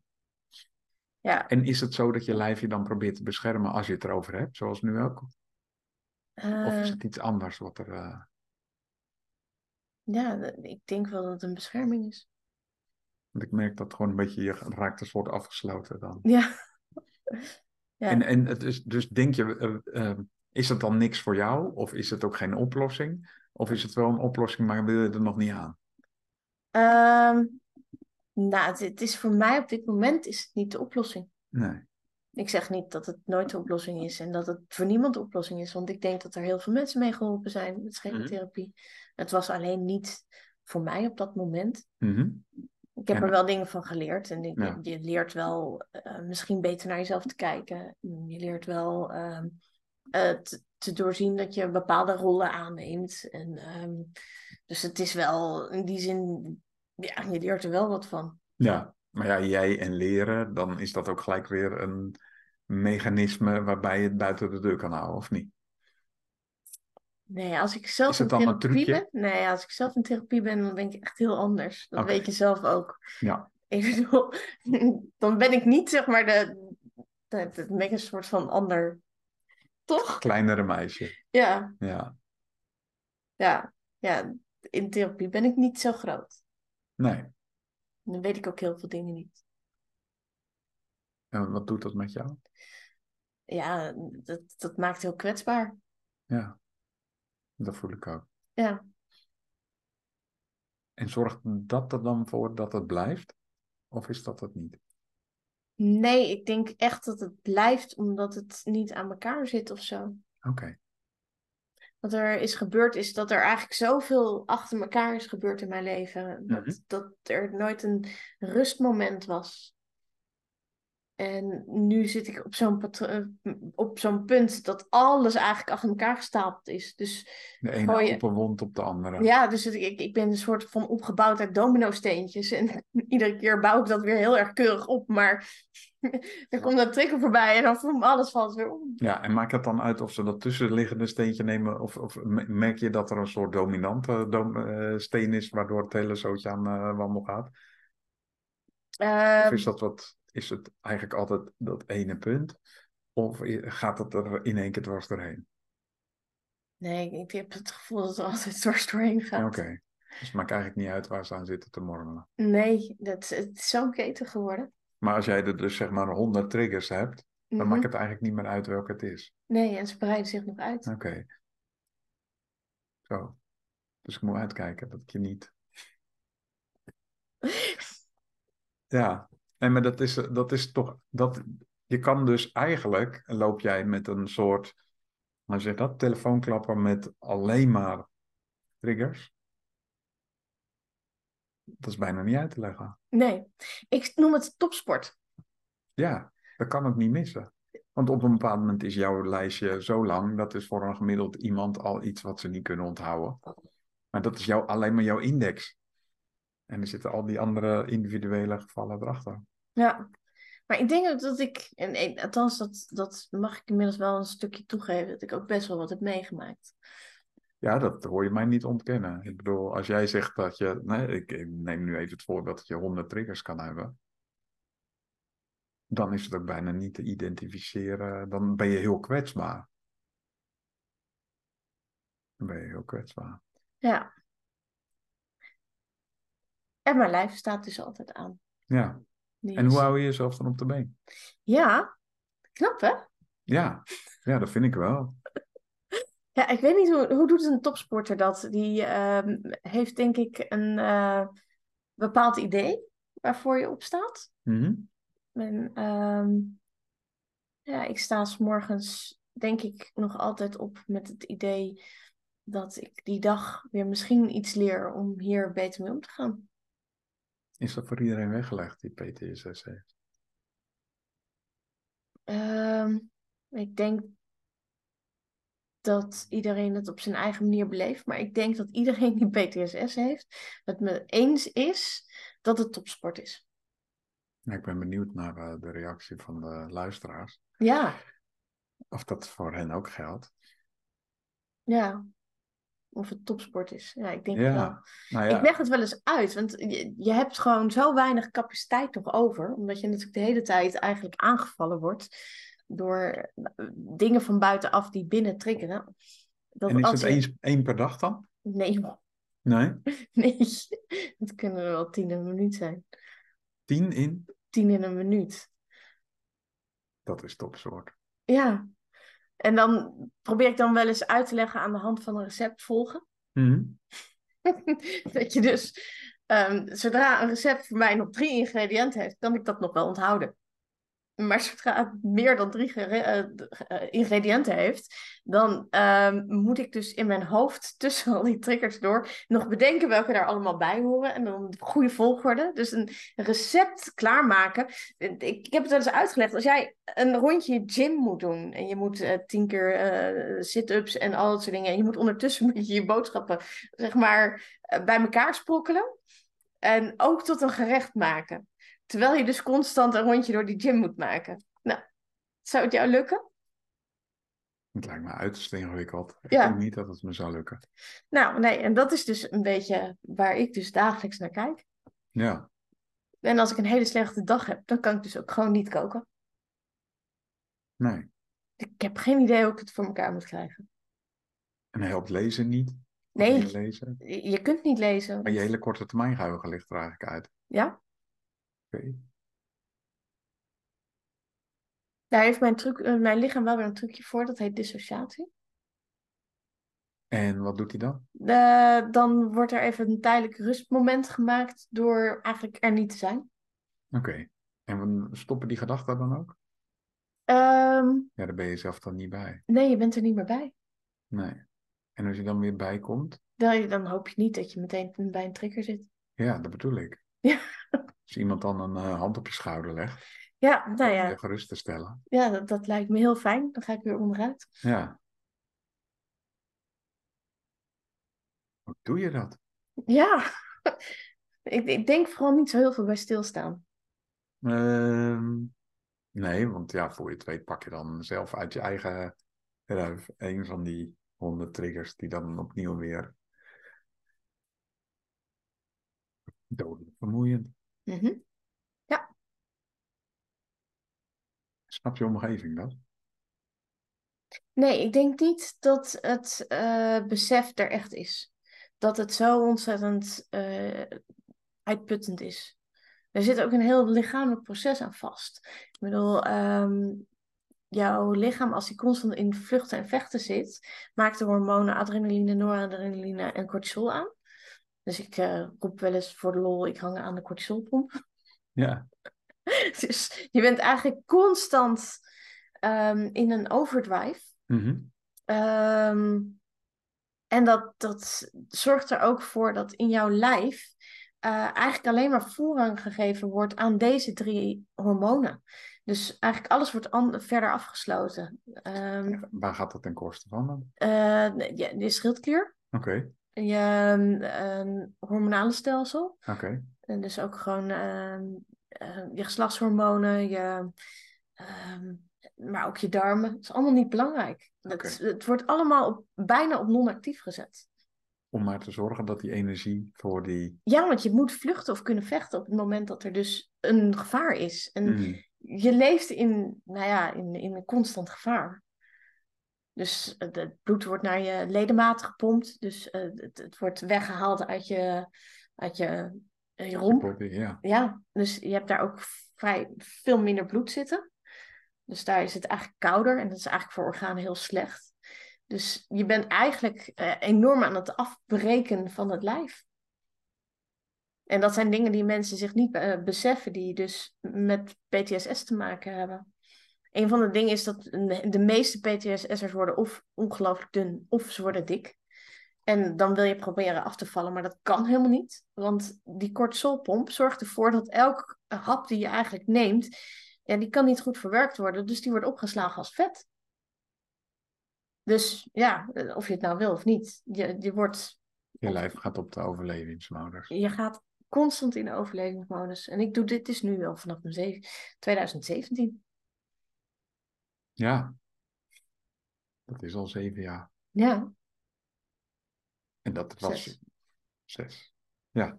[SPEAKER 2] ja.
[SPEAKER 1] En is het zo dat je lijf je dan probeert te beschermen als je het erover hebt, zoals nu ook? Of
[SPEAKER 2] eh,
[SPEAKER 1] is het iets anders wat er. eh,
[SPEAKER 2] Ja, d- ik denk wel dat het een bescherming is.
[SPEAKER 1] Want ik merk dat gewoon een beetje, je raakt een soort afgesloten dan. [laughs]
[SPEAKER 2] Ja. Ja.
[SPEAKER 1] En, en het is, dus denk je, eh, eh, is het dan niks voor jou? Of is het ook geen oplossing? Of is het wel een oplossing, maar wil je er nog niet aan?
[SPEAKER 2] Ehm, nou, het, het is voor mij op dit moment is het niet de oplossing.
[SPEAKER 1] Nee.
[SPEAKER 2] Ik zeg niet dat het nooit de oplossing is en dat het voor niemand de oplossing is, want ik denk dat er heel veel mensen mee geholpen zijn
[SPEAKER 1] Mhm.
[SPEAKER 2] met schematherapie. Het was alleen niet voor mij op dat moment.
[SPEAKER 1] Mhm.
[SPEAKER 2] Ik heb
[SPEAKER 1] Ja.
[SPEAKER 2] er wel dingen van geleerd en ik-
[SPEAKER 1] Ja.
[SPEAKER 2] je, leert wel eh, misschien beter naar jezelf te kijken. Je leert wel ehm, eh, te, te doorzien dat je bepaalde rollen aanneemt. En, ehm, dus het is wel in die zin, ja, je leert er wel wat van.
[SPEAKER 1] Ja, maar ja, jij en leren, dan is dat ook gelijk weer een mechanisme waarbij je het buiten de deur kan houden, of niet?
[SPEAKER 2] Nee, als ik zelf
[SPEAKER 1] Is het
[SPEAKER 2] in
[SPEAKER 1] dan een
[SPEAKER 2] therapie
[SPEAKER 1] trucje?
[SPEAKER 2] ben, nee, als ik zelf in therapie ben, dan denk ik echt heel anders. Dat
[SPEAKER 1] Oké.
[SPEAKER 2] weet je zelf ook.
[SPEAKER 1] Ja.
[SPEAKER 2] Ik bedoel, [laughs] dan ben ik niet zeg maar de, de, de- ben ik een soort van ander. Toch?
[SPEAKER 1] Kleinere meisje.
[SPEAKER 2] Ja.
[SPEAKER 1] Ja,
[SPEAKER 2] Ja, ja, in therapie ben ik niet zo groot.
[SPEAKER 1] nee.
[SPEAKER 2] Dan weet ik ook heel veel dingen niet.
[SPEAKER 1] En wat doet dat met jou?
[SPEAKER 2] Ja, dat, dat maakt heel kwetsbaar.
[SPEAKER 1] Ja, dat voel ik ook.
[SPEAKER 2] Ja.
[SPEAKER 1] En zorgt dat er dan voor dat het blijft? Of is dat het niet?
[SPEAKER 2] Nee, ik denk echt dat het blijft omdat het niet aan elkaar zit of zo.
[SPEAKER 1] Oké.
[SPEAKER 2] Wat er is gebeurd is dat er eigenlijk zoveel achter elkaar is gebeurd in mijn leven. Dat,
[SPEAKER 1] Mhm.
[SPEAKER 2] dat er nooit een rustmoment was. En nu zit ik op zo'n, patro- eh, op zo'n punt dat alles eigenlijk achter elkaar gestapeld is. Dus
[SPEAKER 1] De ene
[SPEAKER 2] Gooi je-
[SPEAKER 1] open wond op de andere.
[SPEAKER 2] ja, dus het- ik, ik ben een soort van opgebouwd uit domino-steentjes. En [laughs] iedere keer bouw ik dat weer heel erg keurig op. Maar [laughs] dan komt dat trigger voorbij en dan voelt alles valt weer om.
[SPEAKER 1] Ja, en maakt het dan uit of ze dat tussenliggende steentje nemen? Of, of me- merk je dat er een soort dominante dom- eh, steen is waardoor het hele zootje aan eh, wandel gaat? Of
[SPEAKER 2] Ehm,
[SPEAKER 1] is dat wat, is het eigenlijk altijd dat ene punt? Of i- gaat het er in één keer dwars doorheen?
[SPEAKER 2] nee, ik heb het gevoel dat er altijd dwars doorheen
[SPEAKER 1] Oké.
[SPEAKER 2] gaat.
[SPEAKER 1] Dus het maakt eigenlijk niet uit waar ze aan zitten te mormelen.
[SPEAKER 2] Nee, dat, het is zo'n keten geworden.
[SPEAKER 1] Maar als jij er dus zeg maar 100 triggers hebt, dan
[SPEAKER 2] Mhm.
[SPEAKER 1] maakt het eigenlijk niet meer uit welke het is.
[SPEAKER 2] Nee, en ze breiden zich nog uit.
[SPEAKER 1] Oké. Zo. Dus ik moet uitkijken dat ik je niet. Ja. Nee, maar dat is, dat is toch. Dat, je kan dus eigenlijk. loop jij met een soort. hoe zeg je dat? Telefoonklapper met alleen maar triggers. Dat is bijna niet uit te leggen.
[SPEAKER 2] [laughs] Nee, ik noem het topsport.
[SPEAKER 1] Ja, dat kan het niet missen. Want op een bepaald moment is jouw lijstje zo lang. Dat is voor een gemiddeld iemand al iets wat ze niet kunnen onthouden. Maar dat is jouw, alleen maar jouw index. En er zitten al die andere individuele gevallen erachter.
[SPEAKER 2] Ja. Maar ik denk ook dat ik, en, en althans dat, dat mag ik inmiddels wel een stukje toegeven, dat ik ook best wel wat heb meegemaakt.
[SPEAKER 1] Ja, dat hoor je mij niet ontkennen. Ik bedoel, als jij zegt dat je. Nee, ik, ik neem nu even het voorbeeld dat je 100 triggers kan hebben. Dan is het ook bijna niet te identificeren. Dan ben je heel kwetsbaar. Dan ben je heel kwetsbaar.
[SPEAKER 2] Ja. En mijn lijf staat dus altijd aan.
[SPEAKER 1] Ja.
[SPEAKER 2] Die
[SPEAKER 1] En
[SPEAKER 2] is-
[SPEAKER 1] hoe hou je jezelf dan op de been?
[SPEAKER 2] Ja, knap hè?
[SPEAKER 1] Ja, ja dat vind ik wel.
[SPEAKER 2] Ja, ik weet niet hoe, hoe doet een topsporter dat? Die ehm, heeft denk ik een eh, bepaald idee waarvoor je opstaat.
[SPEAKER 1] Mhm.
[SPEAKER 2] En, ehm, ja, ik sta 's morgens denk ik nog altijd op met het idee dat ik die dag weer misschien iets leer om hier beter mee om te gaan.
[SPEAKER 1] Is dat voor iedereen weggelegd die PTSS heeft?
[SPEAKER 2] Ehm, ik denk dat iedereen het op zijn eigen manier beleeft, maar ik denk dat iedereen die PTSS heeft het me eens is dat het topsport is.
[SPEAKER 1] Nou, ik ben benieuwd naar eh, de reactie van de luisteraars.
[SPEAKER 2] Ja,
[SPEAKER 1] Of dat voor hen ook geldt.
[SPEAKER 2] ja. Of het topsport is. Ja, ik denk het
[SPEAKER 1] Ja.
[SPEAKER 2] wel.
[SPEAKER 1] Nou
[SPEAKER 2] Ik leg het wel eens uit, want je, je hebt gewoon zo weinig capaciteit nog over, omdat je natuurlijk de hele tijd eigenlijk aangevallen wordt door eh, dingen van buitenaf die binnen triggeren. Dat
[SPEAKER 1] en is het
[SPEAKER 2] als je-
[SPEAKER 1] één, één per dag dan?
[SPEAKER 2] Nee, man,
[SPEAKER 1] Nee.
[SPEAKER 2] [laughs] nee, dat kunnen er wel tien in een minuut zijn.
[SPEAKER 1] Tien in?
[SPEAKER 2] Tien in een minuut.
[SPEAKER 1] Dat is topsoort.
[SPEAKER 2] Ja. En dan probeer ik dan wel eens uit te leggen aan de hand van een recept volgen.
[SPEAKER 1] Mhm.
[SPEAKER 2] [laughs] dat je dus, ehm, zodra een recept voor mij nog drie ingrediënten heeft, kan ik dat nog wel onthouden. Maar zodra het meer dan drie gere- eh, d- eh, ingrediënten heeft, dan ehm, moet ik dus in mijn hoofd [laughs] tussen al die triggers door nog bedenken welke daar allemaal bij horen en dan de goede volgorde. Dus een recept klaarmaken. Ik, ik heb het wel eens uitgelegd. Als jij een rondje gym moet doen en je moet eh, tien keer eh, sit-ups en al dat soort dingen en je moet ondertussen [laughs] moet je, je boodschappen zeg maar, eh, bij elkaar sprokkelen. En ook tot een gerecht maken. Terwijl je dus constant een rondje door die gym moet maken. Nou, zou het jou lukken?
[SPEAKER 1] Het lijkt me uiterst ingewikkeld. Ik
[SPEAKER 2] Ja.
[SPEAKER 1] denk niet dat het me zou lukken.
[SPEAKER 2] Nou, nee, en dat is dus een beetje waar ik dus dagelijks naar kijk.
[SPEAKER 1] Ja.
[SPEAKER 2] En als ik een hele slechte dag heb, dan kan ik dus ook gewoon niet koken.
[SPEAKER 1] Nee.
[SPEAKER 2] Ik heb geen idee hoe ik het voor elkaar moet krijgen.
[SPEAKER 1] En helpt lezen niet? Of
[SPEAKER 2] Nee.
[SPEAKER 1] niet Lezen.
[SPEAKER 2] Je je kunt niet lezen.
[SPEAKER 1] Maar je hele korte termijn geheugen ligt er eigenlijk uit.
[SPEAKER 2] Ja,
[SPEAKER 1] Oké.
[SPEAKER 2] daar heeft mijn, truc, eh, mijn lichaam wel weer een trucje voor. Dat heet dissociatie.
[SPEAKER 1] En wat doet hij dan?
[SPEAKER 2] Eh, dan wordt er even een tijdelijk rustmoment gemaakt door eigenlijk er niet te zijn.
[SPEAKER 1] Oké. En we stoppen die gedachten dan ook?
[SPEAKER 2] Ehm,
[SPEAKER 1] Ja, daar ben je zelf dan niet bij.
[SPEAKER 2] nee, je bent er niet meer bij.
[SPEAKER 1] Nee. En als je dan weer bijkomt,
[SPEAKER 2] Dan, dan hoop je niet dat je meteen bij een trigger zit.
[SPEAKER 1] ja, dat bedoel ik.
[SPEAKER 2] Ja.
[SPEAKER 1] [laughs] Als iemand dan een eh, hand op je schouder legt,
[SPEAKER 2] Ja, nou
[SPEAKER 1] om
[SPEAKER 2] ja,
[SPEAKER 1] je gerust te stellen.
[SPEAKER 2] ja dat, dat lijkt me heel fijn. Dan ga ik weer onderuit.
[SPEAKER 1] Ja. Hoe doe je dat?
[SPEAKER 2] Ja, [laughs] ik, ik denk vooral niet zo heel veel bij stilstaan.
[SPEAKER 1] Ehm, nee, want ja, voor je het weet pak je dan zelf uit je eigen ruif een van die honderd triggers die dan opnieuw weer dodelijk vermoeiend.
[SPEAKER 2] Mhm.
[SPEAKER 1] Snap je omgeving dan?
[SPEAKER 2] Nee, ik denk niet dat het eh, besef er echt is. Dat het zo ontzettend eh, uitputtend is. Er zit ook een heel lichamelijk proces aan vast. Ik bedoel, ehm, jouw lichaam, als hij constant in vluchten en vechten zit, maakt de hormonen adrenaline, noradrenaline en cortisol aan. Dus ik eh, roep wel eens voor de lol, ik hang aan de cortisolpomp. [laughs]
[SPEAKER 1] Ja,
[SPEAKER 2] Dus je bent eigenlijk constant ehm, in een overdrive.
[SPEAKER 1] Mhm.
[SPEAKER 2] Ehm, en dat, dat zorgt er ook voor dat in jouw lijf eh, eigenlijk alleen maar voorrang gegeven wordt aan deze drie hormonen. Dus eigenlijk alles wordt an- verder afgesloten. Ehm
[SPEAKER 1] waar gaat dat ten koste van dan?
[SPEAKER 2] eh, je, je schildklier,
[SPEAKER 1] Oké,
[SPEAKER 2] je ehm, hormonale stelsel.
[SPEAKER 1] oké.
[SPEAKER 2] En dus ook gewoon ehm, eh, je geslachtshormonen, je, ehm, maar ook je darmen. Het is allemaal niet belangrijk. Het, het wordt allemaal op, bijna op non-actief gezet.
[SPEAKER 1] Om maar te zorgen dat die energie voor die...
[SPEAKER 2] Ja, want je moet vluchten of kunnen vechten op het moment dat er dus een gevaar is. En
[SPEAKER 1] Mm.
[SPEAKER 2] je leeft in, nou ja, in, in een constant gevaar. Dus eh, het bloed wordt naar je ledematen gepompt. Dus eh, het, het wordt weggehaald uit je, uit je, eh, je romp.
[SPEAKER 1] Ja,
[SPEAKER 2] Ja, dus je hebt daar ook vrij veel minder bloed zitten. Dus daar is het eigenlijk kouder en dat is eigenlijk voor organen heel slecht. Dus je bent eigenlijk eh, enorm aan het afbreken van het lijf. En dat zijn dingen die mensen zich niet eh, beseffen, die dus met PTSS te maken hebben. Een van de dingen is dat de meeste PTSS'ers worden of ongelooflijk dun of ze worden dik. En dan wil je proberen af te vallen, maar dat kan helemaal niet. Want die cortisolpomp zorgt ervoor dat elk hap die je eigenlijk neemt, ja, die kan niet goed verwerkt worden. Dus die wordt opgeslagen als vet. Dus ja, eh, of je het nou wil of niet, je, je, wordt,
[SPEAKER 1] je lijf gaat op de overlevingsmodus.
[SPEAKER 2] je gaat constant in de overlevingsmodus. En ik doe dit is nu al vanaf mijn zeven- 2017.
[SPEAKER 1] Ja, dat is al zeven jaar.
[SPEAKER 2] Ja,
[SPEAKER 1] En dat was
[SPEAKER 2] zes.
[SPEAKER 1] zes.
[SPEAKER 2] Ja,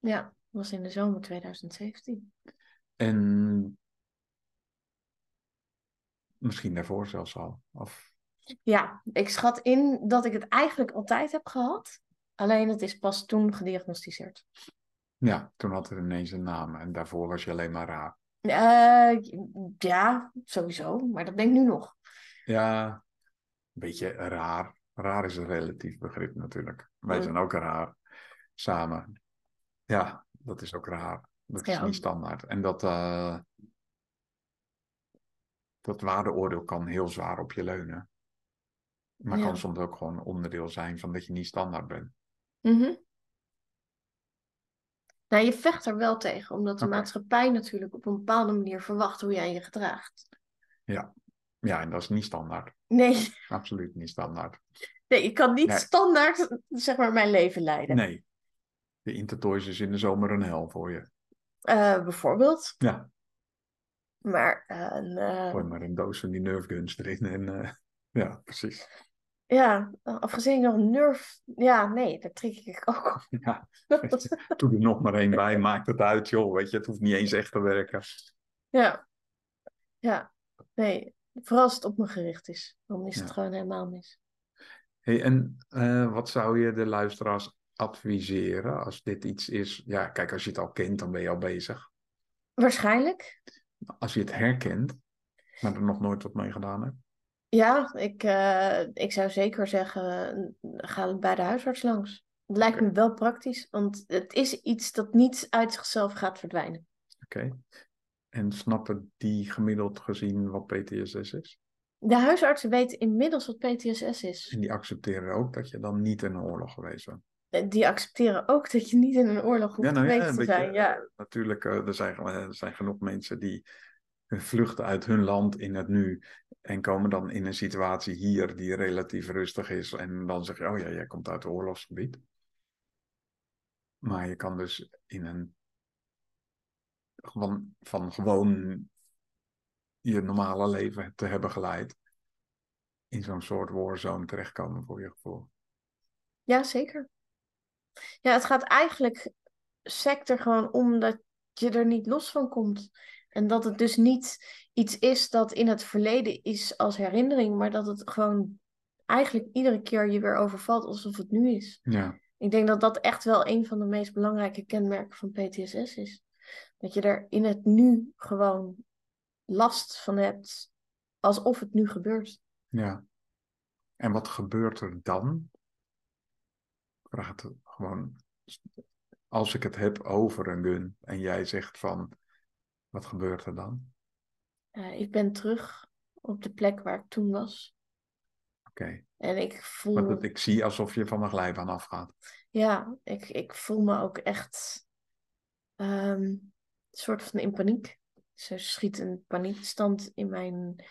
[SPEAKER 2] dat was in de zomer 2017.
[SPEAKER 1] En misschien daarvoor zelfs al. Of,
[SPEAKER 2] Ja, ik schat in dat ik het eigenlijk altijd heb gehad. Alleen het is pas toen gediagnosticeerd.
[SPEAKER 1] ja, toen had het ineens een naam en daarvoor was je alleen maar raar.
[SPEAKER 2] Eh, ja, sowieso. Maar dat denk ik nu nog.
[SPEAKER 1] Ja, een beetje raar. Raar is een relatief begrip natuurlijk. Wij
[SPEAKER 2] Mm.
[SPEAKER 1] zijn ook raar samen. Ja, dat is ook raar. Dat is
[SPEAKER 2] Ja.
[SPEAKER 1] niet standaard. En dat, eh, dat waardeoordeel kan heel zwaar op je leunen. Maar
[SPEAKER 2] Ja.
[SPEAKER 1] kan soms ook gewoon onderdeel zijn van dat je niet standaard bent.
[SPEAKER 2] Mhm. Nou, je vecht er wel tegen, omdat de
[SPEAKER 1] Oké.
[SPEAKER 2] maatschappij natuurlijk op een bepaalde manier verwacht hoe jij je gedraagt.
[SPEAKER 1] Ja, en dat is niet standaard.
[SPEAKER 2] Nee, [laughs]
[SPEAKER 1] Absoluut niet standaard.
[SPEAKER 2] nee ik kan niet
[SPEAKER 1] Nee.
[SPEAKER 2] standaard zeg maar, mijn leven leiden.
[SPEAKER 1] Nee. De Intertoys is in de zomer een hel voor je.
[SPEAKER 2] Eh, bijvoorbeeld.
[SPEAKER 1] Ja.
[SPEAKER 2] Maar eh, een, eh,
[SPEAKER 1] Gooi maar een doos van die Nerf guns erin en eh, ja, precies. [laughs]
[SPEAKER 2] ja, afgezien nog een nerf. Ja, nee, daar trek ik ook op.
[SPEAKER 1] Ja, [laughs] doe er nog maar één bij, maakt het uit joh, weet je, het hoeft niet eens echt te werken.
[SPEAKER 2] Ja. Ja. Nee. Vooral als het op me gericht is. Dan is het
[SPEAKER 1] Ja.
[SPEAKER 2] gewoon helemaal mis.
[SPEAKER 1] Hey, en eh, wat zou je de luisteraars adviseren als dit iets is? Ja, kijk, als je het al kent, dan ben je al bezig.
[SPEAKER 2] Waarschijnlijk.
[SPEAKER 1] Als je het herkent, maar er nog nooit wat mee gedaan hebt.
[SPEAKER 2] Ja, ik, eh, ik zou zeker zeggen, eh, ga bij de huisarts langs. Het lijkt me wel praktisch, want het is iets dat niet uit zichzelf gaat verdwijnen.
[SPEAKER 1] Oké. En snappen die gemiddeld gezien wat PTSS is?
[SPEAKER 2] De huisartsen weten inmiddels wat PTSS is.
[SPEAKER 1] En die accepteren ook dat je dan niet in een oorlog geweest bent.
[SPEAKER 2] Die accepteren ook dat je niet in een oorlog hoeft
[SPEAKER 1] Ja, nou ja,
[SPEAKER 2] geweest
[SPEAKER 1] een
[SPEAKER 2] te
[SPEAKER 1] beetje,
[SPEAKER 2] zijn. Ja.
[SPEAKER 1] Natuurlijk, eh, er zijn, er zijn genoeg mensen die vluchten uit hun land in het nu. En komen dan in een situatie hier die relatief rustig is. En dan zeg je, oh ja, jij komt uit het oorlogsgebied. Maar je kan dus in een... Van, van gewoon je normale leven te hebben geleid. In zo'n soort warzone terechtkomen voor je gevoel.
[SPEAKER 2] ja, zeker. Ja, het gaat eigenlijk sector gewoon om dat je er niet los van komt. En dat het dus niet iets is dat in het verleden is als herinnering, maar dat het gewoon eigenlijk iedere keer je weer overvalt alsof het nu is.
[SPEAKER 1] Ja,
[SPEAKER 2] Ik denk dat dat echt wel een van de meest belangrijke kenmerken van PTSS is. Dat je er in het nu gewoon last van hebt, alsof het nu gebeurt.
[SPEAKER 1] ja. En wat gebeurt er dan? Ik Vraag het gewoon. Als ik het heb over een gun en jij zegt van, wat gebeurt er dan?
[SPEAKER 2] Eh, ik ben terug op de plek waar ik toen was.
[SPEAKER 1] Oké,
[SPEAKER 2] En ik voel,
[SPEAKER 1] want het- ik zie alsof je van een glijbaan afgaat.
[SPEAKER 2] ja, ik, ik voel me ook echt ehm, een soort van in paniek. Ze schiet een paniekstand in mijn.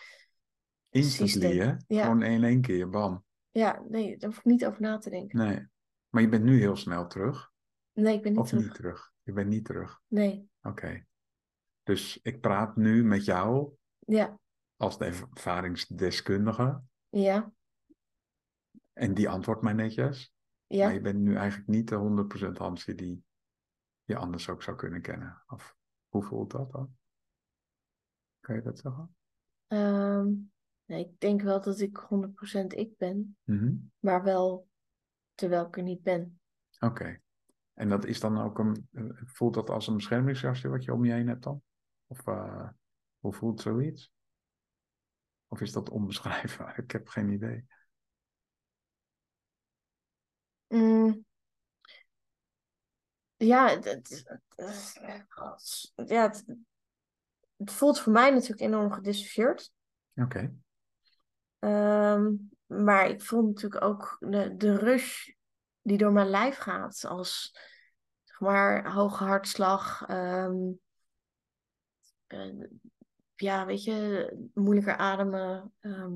[SPEAKER 1] Instantly, hè?
[SPEAKER 2] Ja.
[SPEAKER 1] Gewoon in één keer, bam.
[SPEAKER 2] Ja, nee, daar hoef ik niet over na te denken.
[SPEAKER 1] Nee. Maar je bent nu heel snel terug.
[SPEAKER 2] Nee, ik ben niet
[SPEAKER 1] of
[SPEAKER 2] terug.
[SPEAKER 1] niet terug? Je bent niet terug.
[SPEAKER 2] Nee,
[SPEAKER 1] Oké. Dus ik praat nu met jou
[SPEAKER 2] ja,
[SPEAKER 1] als de ervaringsdeskundige.
[SPEAKER 2] ja,
[SPEAKER 1] En die antwoordt mij netjes.
[SPEAKER 2] ja.
[SPEAKER 1] Maar je bent nu eigenlijk niet de 100% Hansje die je anders ook zou kunnen kennen. Of hoe voelt dat dan? Kan je dat zeggen?
[SPEAKER 2] Ehm, nee, ik denk wel dat ik 100% ik ben,
[SPEAKER 1] Mhm.
[SPEAKER 2] maar wel terwijl ik er niet ben.
[SPEAKER 1] Oké. En dat is dan ook een. eh, Voelt dat als een beschermingsjasje wat je om je heen hebt dan? Of eh, hoe voelt zoiets? Of is dat onbeschrijfbaar? [laughs] Ik heb geen idee.
[SPEAKER 2] Mm. Ja, het, het- het- ja, het, het voelt voor mij natuurlijk enorm gedissocieerd.
[SPEAKER 1] Oké.
[SPEAKER 2] Ehm, maar ik voel natuurlijk ook de, de rush die door mijn lijf gaat. Als zeg maar hoge hartslag. ehm, eh, ja, weet je, moeilijker ademen. ehm,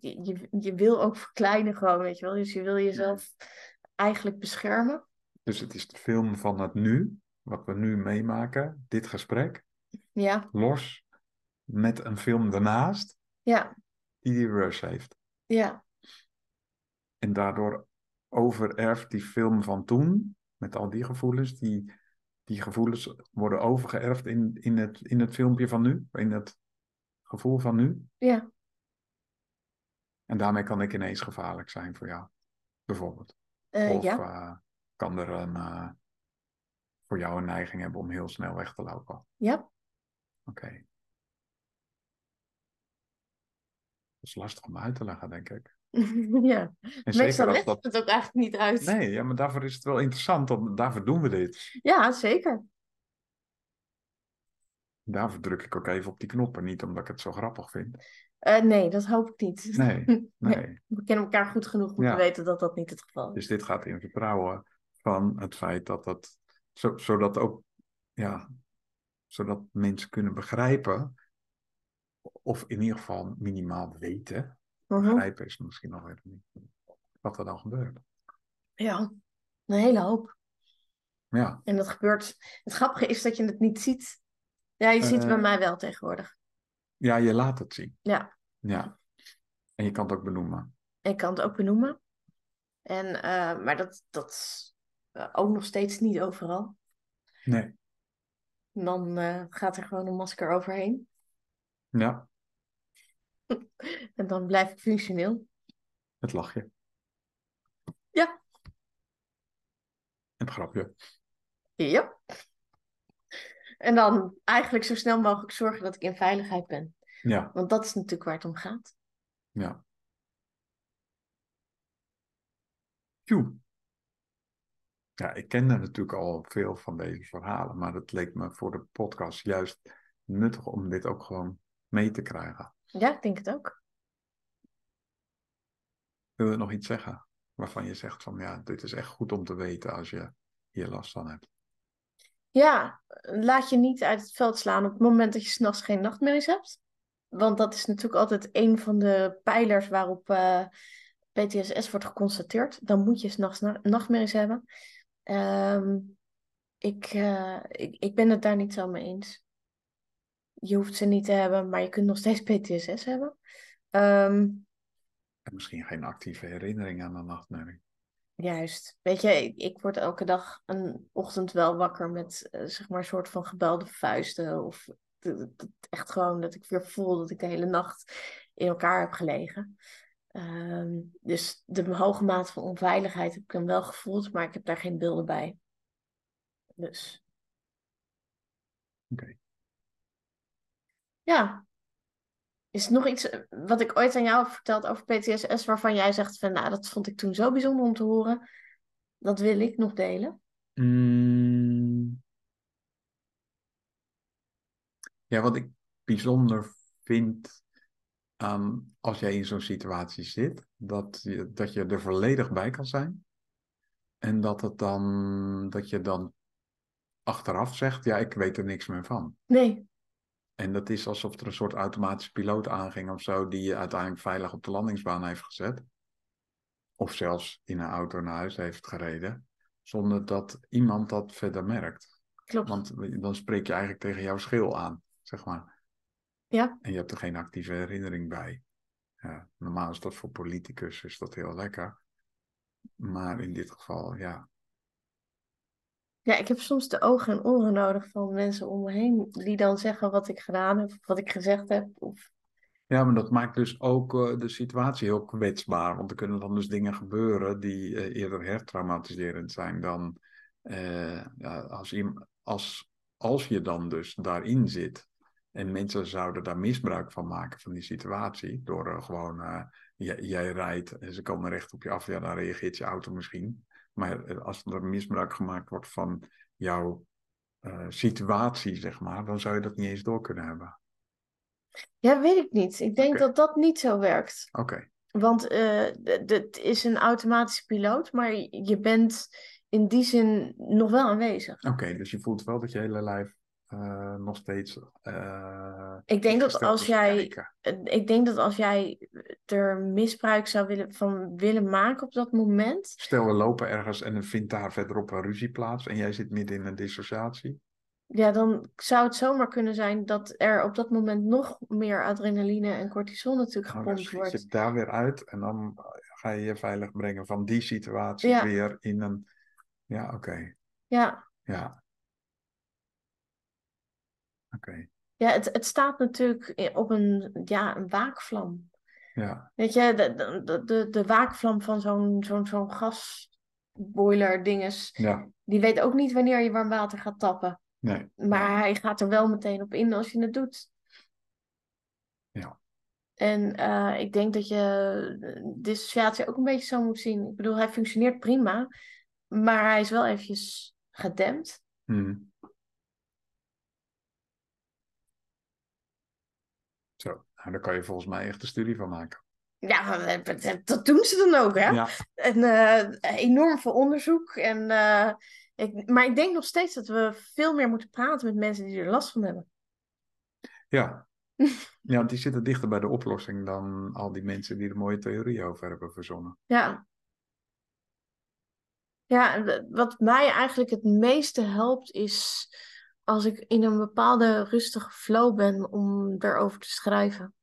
[SPEAKER 2] je, je, je wil ook verkleinen gewoon, weet je wel. Dus je wil jezelf eigenlijk beschermen.
[SPEAKER 1] Dus het is de film van het nu, wat we nu meemaken, dit gesprek,
[SPEAKER 2] Ja,
[SPEAKER 1] los met een film daarnaast
[SPEAKER 2] ja,
[SPEAKER 1] die die rush heeft.
[SPEAKER 2] ja,
[SPEAKER 1] En daardoor overerft die film van toen, met al die gevoelens, die, die gevoelens worden overgeërfd in, in, het, in het filmpje van nu, in het gevoel van nu.
[SPEAKER 2] ja.
[SPEAKER 1] En daarmee kan ik ineens gevaarlijk zijn voor jou, bijvoorbeeld.
[SPEAKER 2] eh,
[SPEAKER 1] of
[SPEAKER 2] ja,
[SPEAKER 1] eh, kan er een, eh, voor jou een neiging hebben om heel snel weg te lopen. Oké.
[SPEAKER 2] ja.
[SPEAKER 1] Dat is lastig om uit te leggen, denk ik.
[SPEAKER 2] [laughs] ja.
[SPEAKER 1] En
[SPEAKER 2] Meestal
[SPEAKER 1] zeker als
[SPEAKER 2] legt
[SPEAKER 1] eh, dat...
[SPEAKER 2] het ook eigenlijk niet uit.
[SPEAKER 1] Nee, ja, maar daarvoor is het wel interessant, want daarvoor doen we dit.
[SPEAKER 2] Ja, zeker.
[SPEAKER 1] Daarvoor druk ik ook even op die knoppen. Niet omdat ik het zo grappig vind.
[SPEAKER 2] Eh, nee, dat hoop ik niet. [laughs]
[SPEAKER 1] Nee, nee.
[SPEAKER 2] We kennen elkaar goed genoeg om
[SPEAKER 1] Ja.
[SPEAKER 2] te weten dat dat niet het geval is.
[SPEAKER 1] Dus dit gaat in vertrouwen van het feit dat dat... Zo, zodat ook... Ja, zodat mensen kunnen begrijpen... Of in ieder geval minimaal weten.
[SPEAKER 2] Mhm.
[SPEAKER 1] Begrijpen is misschien nog even niet. Wat er dan gebeurt.
[SPEAKER 2] Ja, een hele hoop.
[SPEAKER 1] Ja,
[SPEAKER 2] En dat gebeurt. Het grappige is dat je het niet ziet. Ja, je ziet het bij
[SPEAKER 1] Eh.
[SPEAKER 2] mij wel tegenwoordig.
[SPEAKER 1] ja, je laat het zien.
[SPEAKER 2] Ja.
[SPEAKER 1] Ja. En je kan het ook benoemen.
[SPEAKER 2] Ik kan het ook benoemen. En, eh, maar dat, dat is eh, ook nog steeds niet overal.
[SPEAKER 1] Nee.
[SPEAKER 2] En dan eh, gaat er gewoon een masker overheen.
[SPEAKER 1] Ja,
[SPEAKER 2] En dan blijf ik functioneel.
[SPEAKER 1] het lachje.
[SPEAKER 2] Ja.
[SPEAKER 1] Het grapje.
[SPEAKER 2] Ja. En dan eigenlijk zo snel mogelijk zorgen dat ik in veiligheid ben.
[SPEAKER 1] Ja,
[SPEAKER 2] Want dat is natuurlijk waar het om gaat.
[SPEAKER 1] Ja. Tjoe. Ja, ik kende natuurlijk al veel van deze verhalen, maar het leek me voor de podcast juist nuttig om dit ook gewoon mee te krijgen.
[SPEAKER 2] Ja, ik denk het ook.
[SPEAKER 1] Wil je nog iets zeggen waarvan je zegt van ja, dit is echt goed om te weten als je hier last van hebt?
[SPEAKER 2] Ja, laat je niet uit het veld slaan op het moment dat je s'nachts geen nachtmerries hebt. Want dat is natuurlijk altijd een van de pijlers waarop eh, PTSS wordt geconstateerd. Dan moet je s'nachts na- nachtmerries hebben. Ehm, ik, eh, ik, ik ben het daar niet zo mee eens. Je hoeft ze niet te hebben, maar je kunt nog steeds PTSS hebben. Ehm,
[SPEAKER 1] En misschien geen actieve herinnering aan de nachtmerrie.
[SPEAKER 2] Juist. Weet je, ik, ik word elke dag een ochtend wel wakker met eh, zeg maar een soort van gebelde vuisten. Of d- d- d- echt gewoon dat ik weer voel dat ik de hele nacht in elkaar heb gelegen. Ehm, dus de hoge mate van onveiligheid heb ik hem wel gevoeld, maar ik heb daar geen beelden bij. Dus.
[SPEAKER 1] Oké.
[SPEAKER 2] Ja. Is er nog iets eh, wat ik ooit aan jou heb verteld over PTSS, waarvan jij zegt van nou, dat vond ik toen zo bijzonder om te horen. Dat wil ik nog delen.
[SPEAKER 1] Mm. Ja, wat ik bijzonder vind aan als jij in zo'n situatie zit, dat je, dat je er volledig bij kan zijn. En dat, het dan, dat je dan achteraf zegt, ja, ik weet er niks meer van.
[SPEAKER 2] Nee,
[SPEAKER 1] En dat is alsof er een soort automatische piloot aanging of zo, die je uiteindelijk veilig op de landingsbaan heeft gezet. Of zelfs in een auto naar huis heeft gereden, zonder dat iemand dat verder merkt.
[SPEAKER 2] klopt.
[SPEAKER 1] Want dan spreek je eigenlijk tegen jouw schil aan, zeg maar.
[SPEAKER 2] Ja.
[SPEAKER 1] En je hebt er geen actieve herinnering bij. Ja, normaal is dat voor politicus is dat heel lekker. Maar in dit geval, ja.
[SPEAKER 2] Ja, ik heb soms de ogen en oren nodig van mensen om me heen die dan zeggen wat ik gedaan heb, of wat ik gezegd heb. Of...
[SPEAKER 1] Ja, maar dat maakt dus ook eh, de situatie heel kwetsbaar. Want er kunnen dan dus dingen gebeuren die eh, eerder hertraumatiserend zijn dan eh, ja, als, iem- als, als je dan dus daarin zit. En mensen zouden daar misbruik van maken van die situatie. Door eh, gewoon, eh, j- jij rijdt en ze komen recht op je af. Ja, dan reageert je auto misschien. Maar eh, als er misbruik gemaakt wordt van jouw eh, situatie, zeg maar, dan zou je dat niet eens door kunnen hebben.
[SPEAKER 2] Ja, weet ik niet. Ik denk
[SPEAKER 1] Oké.
[SPEAKER 2] dat dat niet zo werkt.
[SPEAKER 1] Oké.
[SPEAKER 2] Want eh, d- d- het is een automatische piloot, maar je je bent in die zin nog wel aanwezig.
[SPEAKER 1] Oké, dus je voelt wel dat je hele lijf eh, nog steeds. eh,
[SPEAKER 2] Ik denk dat
[SPEAKER 1] gesteld
[SPEAKER 2] als
[SPEAKER 1] is
[SPEAKER 2] jij
[SPEAKER 1] kijken.
[SPEAKER 2] Eh, Ik denk dat als jij er misbruik zou willen, van willen maken op dat moment,
[SPEAKER 1] Stel, we lopen ergens en er vindt daar verderop een ruzie plaats en jij zit midden in een dissociatie.
[SPEAKER 2] ja, dan zou het zomaar kunnen zijn dat er op dat moment nog meer adrenaline en cortisol natuurlijk
[SPEAKER 1] Nou, dan
[SPEAKER 2] gepompt
[SPEAKER 1] schiet
[SPEAKER 2] wordt.
[SPEAKER 1] je daar weer uit en dan eh, ga je je veilig brengen van die situatie
[SPEAKER 2] Ja.
[SPEAKER 1] weer in een. Ja, oké.
[SPEAKER 2] Ja,
[SPEAKER 1] Ja. Oké.
[SPEAKER 2] ja het, het staat natuurlijk i- op een, ja, een waakvlam.
[SPEAKER 1] Ja.
[SPEAKER 2] Weet je, de, de- de, de, de waakvlam van zo'n zo'n zo'n gasboiler dinges,
[SPEAKER 1] Ja.
[SPEAKER 2] die weet ook niet wanneer je warm water gaat tappen.
[SPEAKER 1] Nee.
[SPEAKER 2] Maar hij gaat er wel meteen op in als je het doet.
[SPEAKER 1] Ja.
[SPEAKER 2] En eh, ik denk dat je eh, dissociatie ook een beetje zo moet zien. Ik bedoel, hij functioneert prima, maar hij is wel eventjes gedempt.
[SPEAKER 1] Mhm. Zo. Nou, daar kan je volgens mij echt een studie van maken.
[SPEAKER 2] Ja, [laughs] eh, dat- dat- dat doen ze dan ook, hè?
[SPEAKER 1] Ja.
[SPEAKER 2] En eh, enorm veel onderzoek. En, eh, ik, maar ik denk nog steeds dat we veel meer moeten praten met mensen die er last van hebben.
[SPEAKER 1] Ja. Ja, want die zitten dichter bij de oplossing dan al die mensen die er mooie theorieën over hebben verzonnen.
[SPEAKER 2] Ja. Ja, en w- wat mij eigenlijk het meeste helpt is als ik in een bepaalde rustige flow ben om erover te schrijven.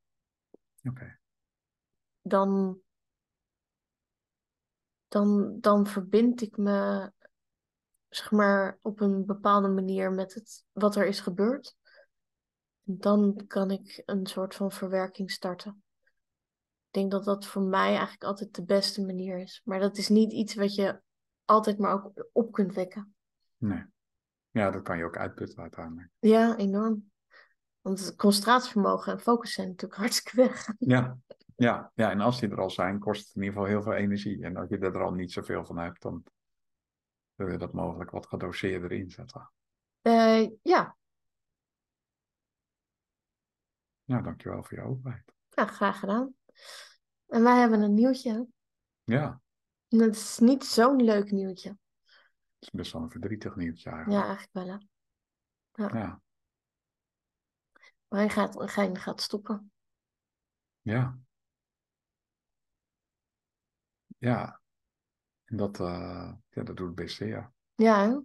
[SPEAKER 1] Oké.
[SPEAKER 2] dan, dan, dan verbind ik me, zeg maar, op een bepaalde manier met het, wat er is gebeurd. Dan kan ik een soort van verwerking starten. Ik denk dat dat voor mij eigenlijk altijd de beste manier is. Maar dat is niet iets wat je altijd maar ook op kunt wekken.
[SPEAKER 1] Nee. Ja, dat kan je ook uitputten uiteindelijk.
[SPEAKER 2] Ja, enorm. Want het concentratievermogen en focus zijn natuurlijk [laughs] hartstikke weg.
[SPEAKER 1] Ja. Ja, ja, en als die er al zijn, kost het in ieder geval heel veel energie. En als je er al niet zoveel van hebt, dan wil je dat mogelijk wat gedoseerder inzetten.
[SPEAKER 2] Eh, ja,
[SPEAKER 1] Nou, dankjewel voor je openheid.
[SPEAKER 2] ja, graag gedaan. En wij hebben een nieuwtje.
[SPEAKER 1] Ja,
[SPEAKER 2] En dat is niet zo'n leuk nieuwtje.
[SPEAKER 1] het is best wel een verdrietig nieuwtje
[SPEAKER 2] Ja,
[SPEAKER 1] eigenlijk.
[SPEAKER 2] eigenlijk wel. hè.
[SPEAKER 1] Ja,
[SPEAKER 2] Maar hij gaat, hij gaat stoppen.
[SPEAKER 1] ja. Ja, en dat, eh, ja, dat doet best zeer.
[SPEAKER 2] Ja. hè.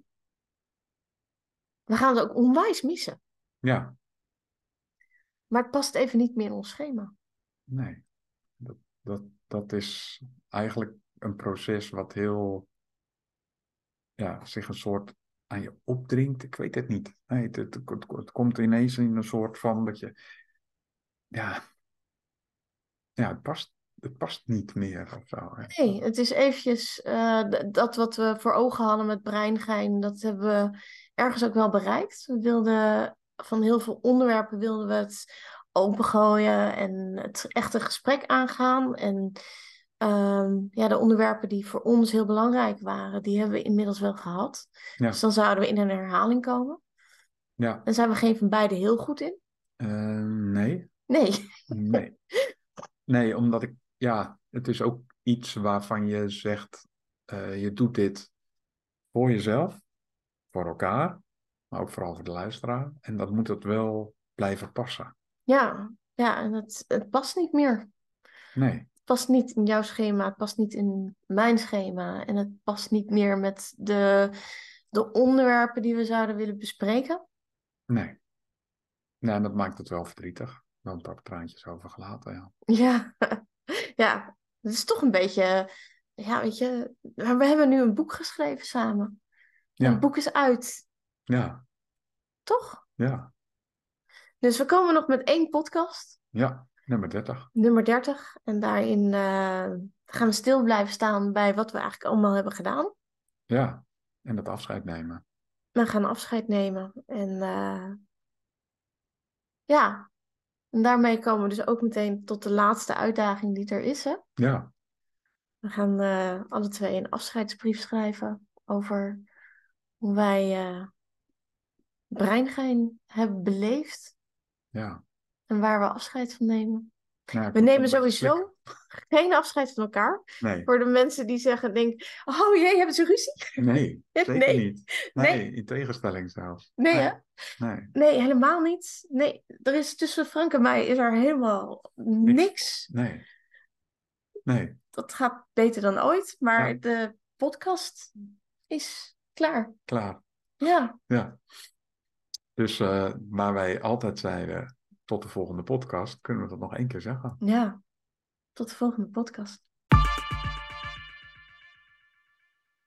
[SPEAKER 2] We gaan het ook onwijs missen.
[SPEAKER 1] Ja,
[SPEAKER 2] Maar het past even niet meer in ons schema.
[SPEAKER 1] nee. Dat, dat, dat is eigenlijk een proces wat heel, ja, zich een soort aan je opdringt. Ik weet het niet. Nee, het, het, het, het komt ineens in een soort van dat je, ja, ja het, past, het past niet meer of zo. hè.
[SPEAKER 2] Nee, het is eventjes eh, d- dat wat we voor ogen hadden met breingein, dat hebben we ergens ook wel bereikt. We wilden van heel veel onderwerpen wilden we het opengooien en het echte gesprek aangaan. En ehm, ja, de onderwerpen die voor ons heel belangrijk waren, die hebben we inmiddels wel gehad.
[SPEAKER 1] Ja.
[SPEAKER 2] Dus dan zouden we in een herhaling komen.
[SPEAKER 1] Ja,
[SPEAKER 2] En zijn we geen van beide heel goed in?
[SPEAKER 1] eh, nee.
[SPEAKER 2] Nee. [laughs]
[SPEAKER 1] Nee. Nee, omdat ik, ja, het is ook iets waarvan je zegt, eh, je doet dit voor jezelf, voor elkaar, maar ook vooral voor de luisteraar. En dat moet het wel blijven passen.
[SPEAKER 2] Ja, ja en het, het past niet meer.
[SPEAKER 1] Nee,
[SPEAKER 2] het past niet in jouw schema, het past niet in mijn schema en het past niet meer met de, de onderwerpen die we zouden willen bespreken. [laughs]
[SPEAKER 1] nee. Nou, en dat maakt het wel verdrietig. Dan heb ik ook traantjes overgelaten, ja.
[SPEAKER 2] Ja, ja, het is toch een beetje, ja, weet je, maar we hebben nu een boek geschreven samen.
[SPEAKER 1] Ja.
[SPEAKER 2] Het boek is uit,
[SPEAKER 1] Ja,
[SPEAKER 2] toch?
[SPEAKER 1] ja,
[SPEAKER 2] Dus we komen nog met één podcast,
[SPEAKER 1] ja. Nummer 30.
[SPEAKER 2] nummer 30, en daarin eh, gaan we stil blijven staan bij wat we eigenlijk allemaal hebben gedaan.
[SPEAKER 1] Ja. En dat afscheid nemen.
[SPEAKER 2] we Nou, gaan afscheid nemen. En eh, ja, en daarmee komen we dus ook meteen tot de laatste uitdaging die er is. Hè?
[SPEAKER 1] Ja,
[SPEAKER 2] We gaan eh, alle twee een afscheidsbrief schrijven over hoe wij eh breingein hebben beleefd
[SPEAKER 1] ja.
[SPEAKER 2] en waar we afscheid van nemen.
[SPEAKER 1] Nou, ik
[SPEAKER 2] We
[SPEAKER 1] moet
[SPEAKER 2] nemen
[SPEAKER 1] wel een beetje
[SPEAKER 2] sowieso geen afscheid van elkaar.
[SPEAKER 1] slikken.
[SPEAKER 2] Voor de mensen die zeggen, denk, oh jee, hebben ze ruzie? [laughs]
[SPEAKER 1] Nee, nee, zeker
[SPEAKER 2] Nee.
[SPEAKER 1] niet.
[SPEAKER 2] Nee.
[SPEAKER 1] nee, in tegenstelling zelfs.
[SPEAKER 2] Nee, hè?
[SPEAKER 1] Nee.
[SPEAKER 2] Nee, helemaal niet. Nee, er is tussen Frank en mij is er helemaal niks.
[SPEAKER 1] Nee. Nee,
[SPEAKER 2] dat gaat beter dan ooit, maar
[SPEAKER 1] Ja.
[SPEAKER 2] de podcast is klaar.
[SPEAKER 1] klaar.
[SPEAKER 2] Ja,
[SPEAKER 1] Dus eh, waar wij altijd zeiden, tot de volgende podcast, kunnen we dat nog één keer zeggen.
[SPEAKER 2] ja. Tot de volgende podcast.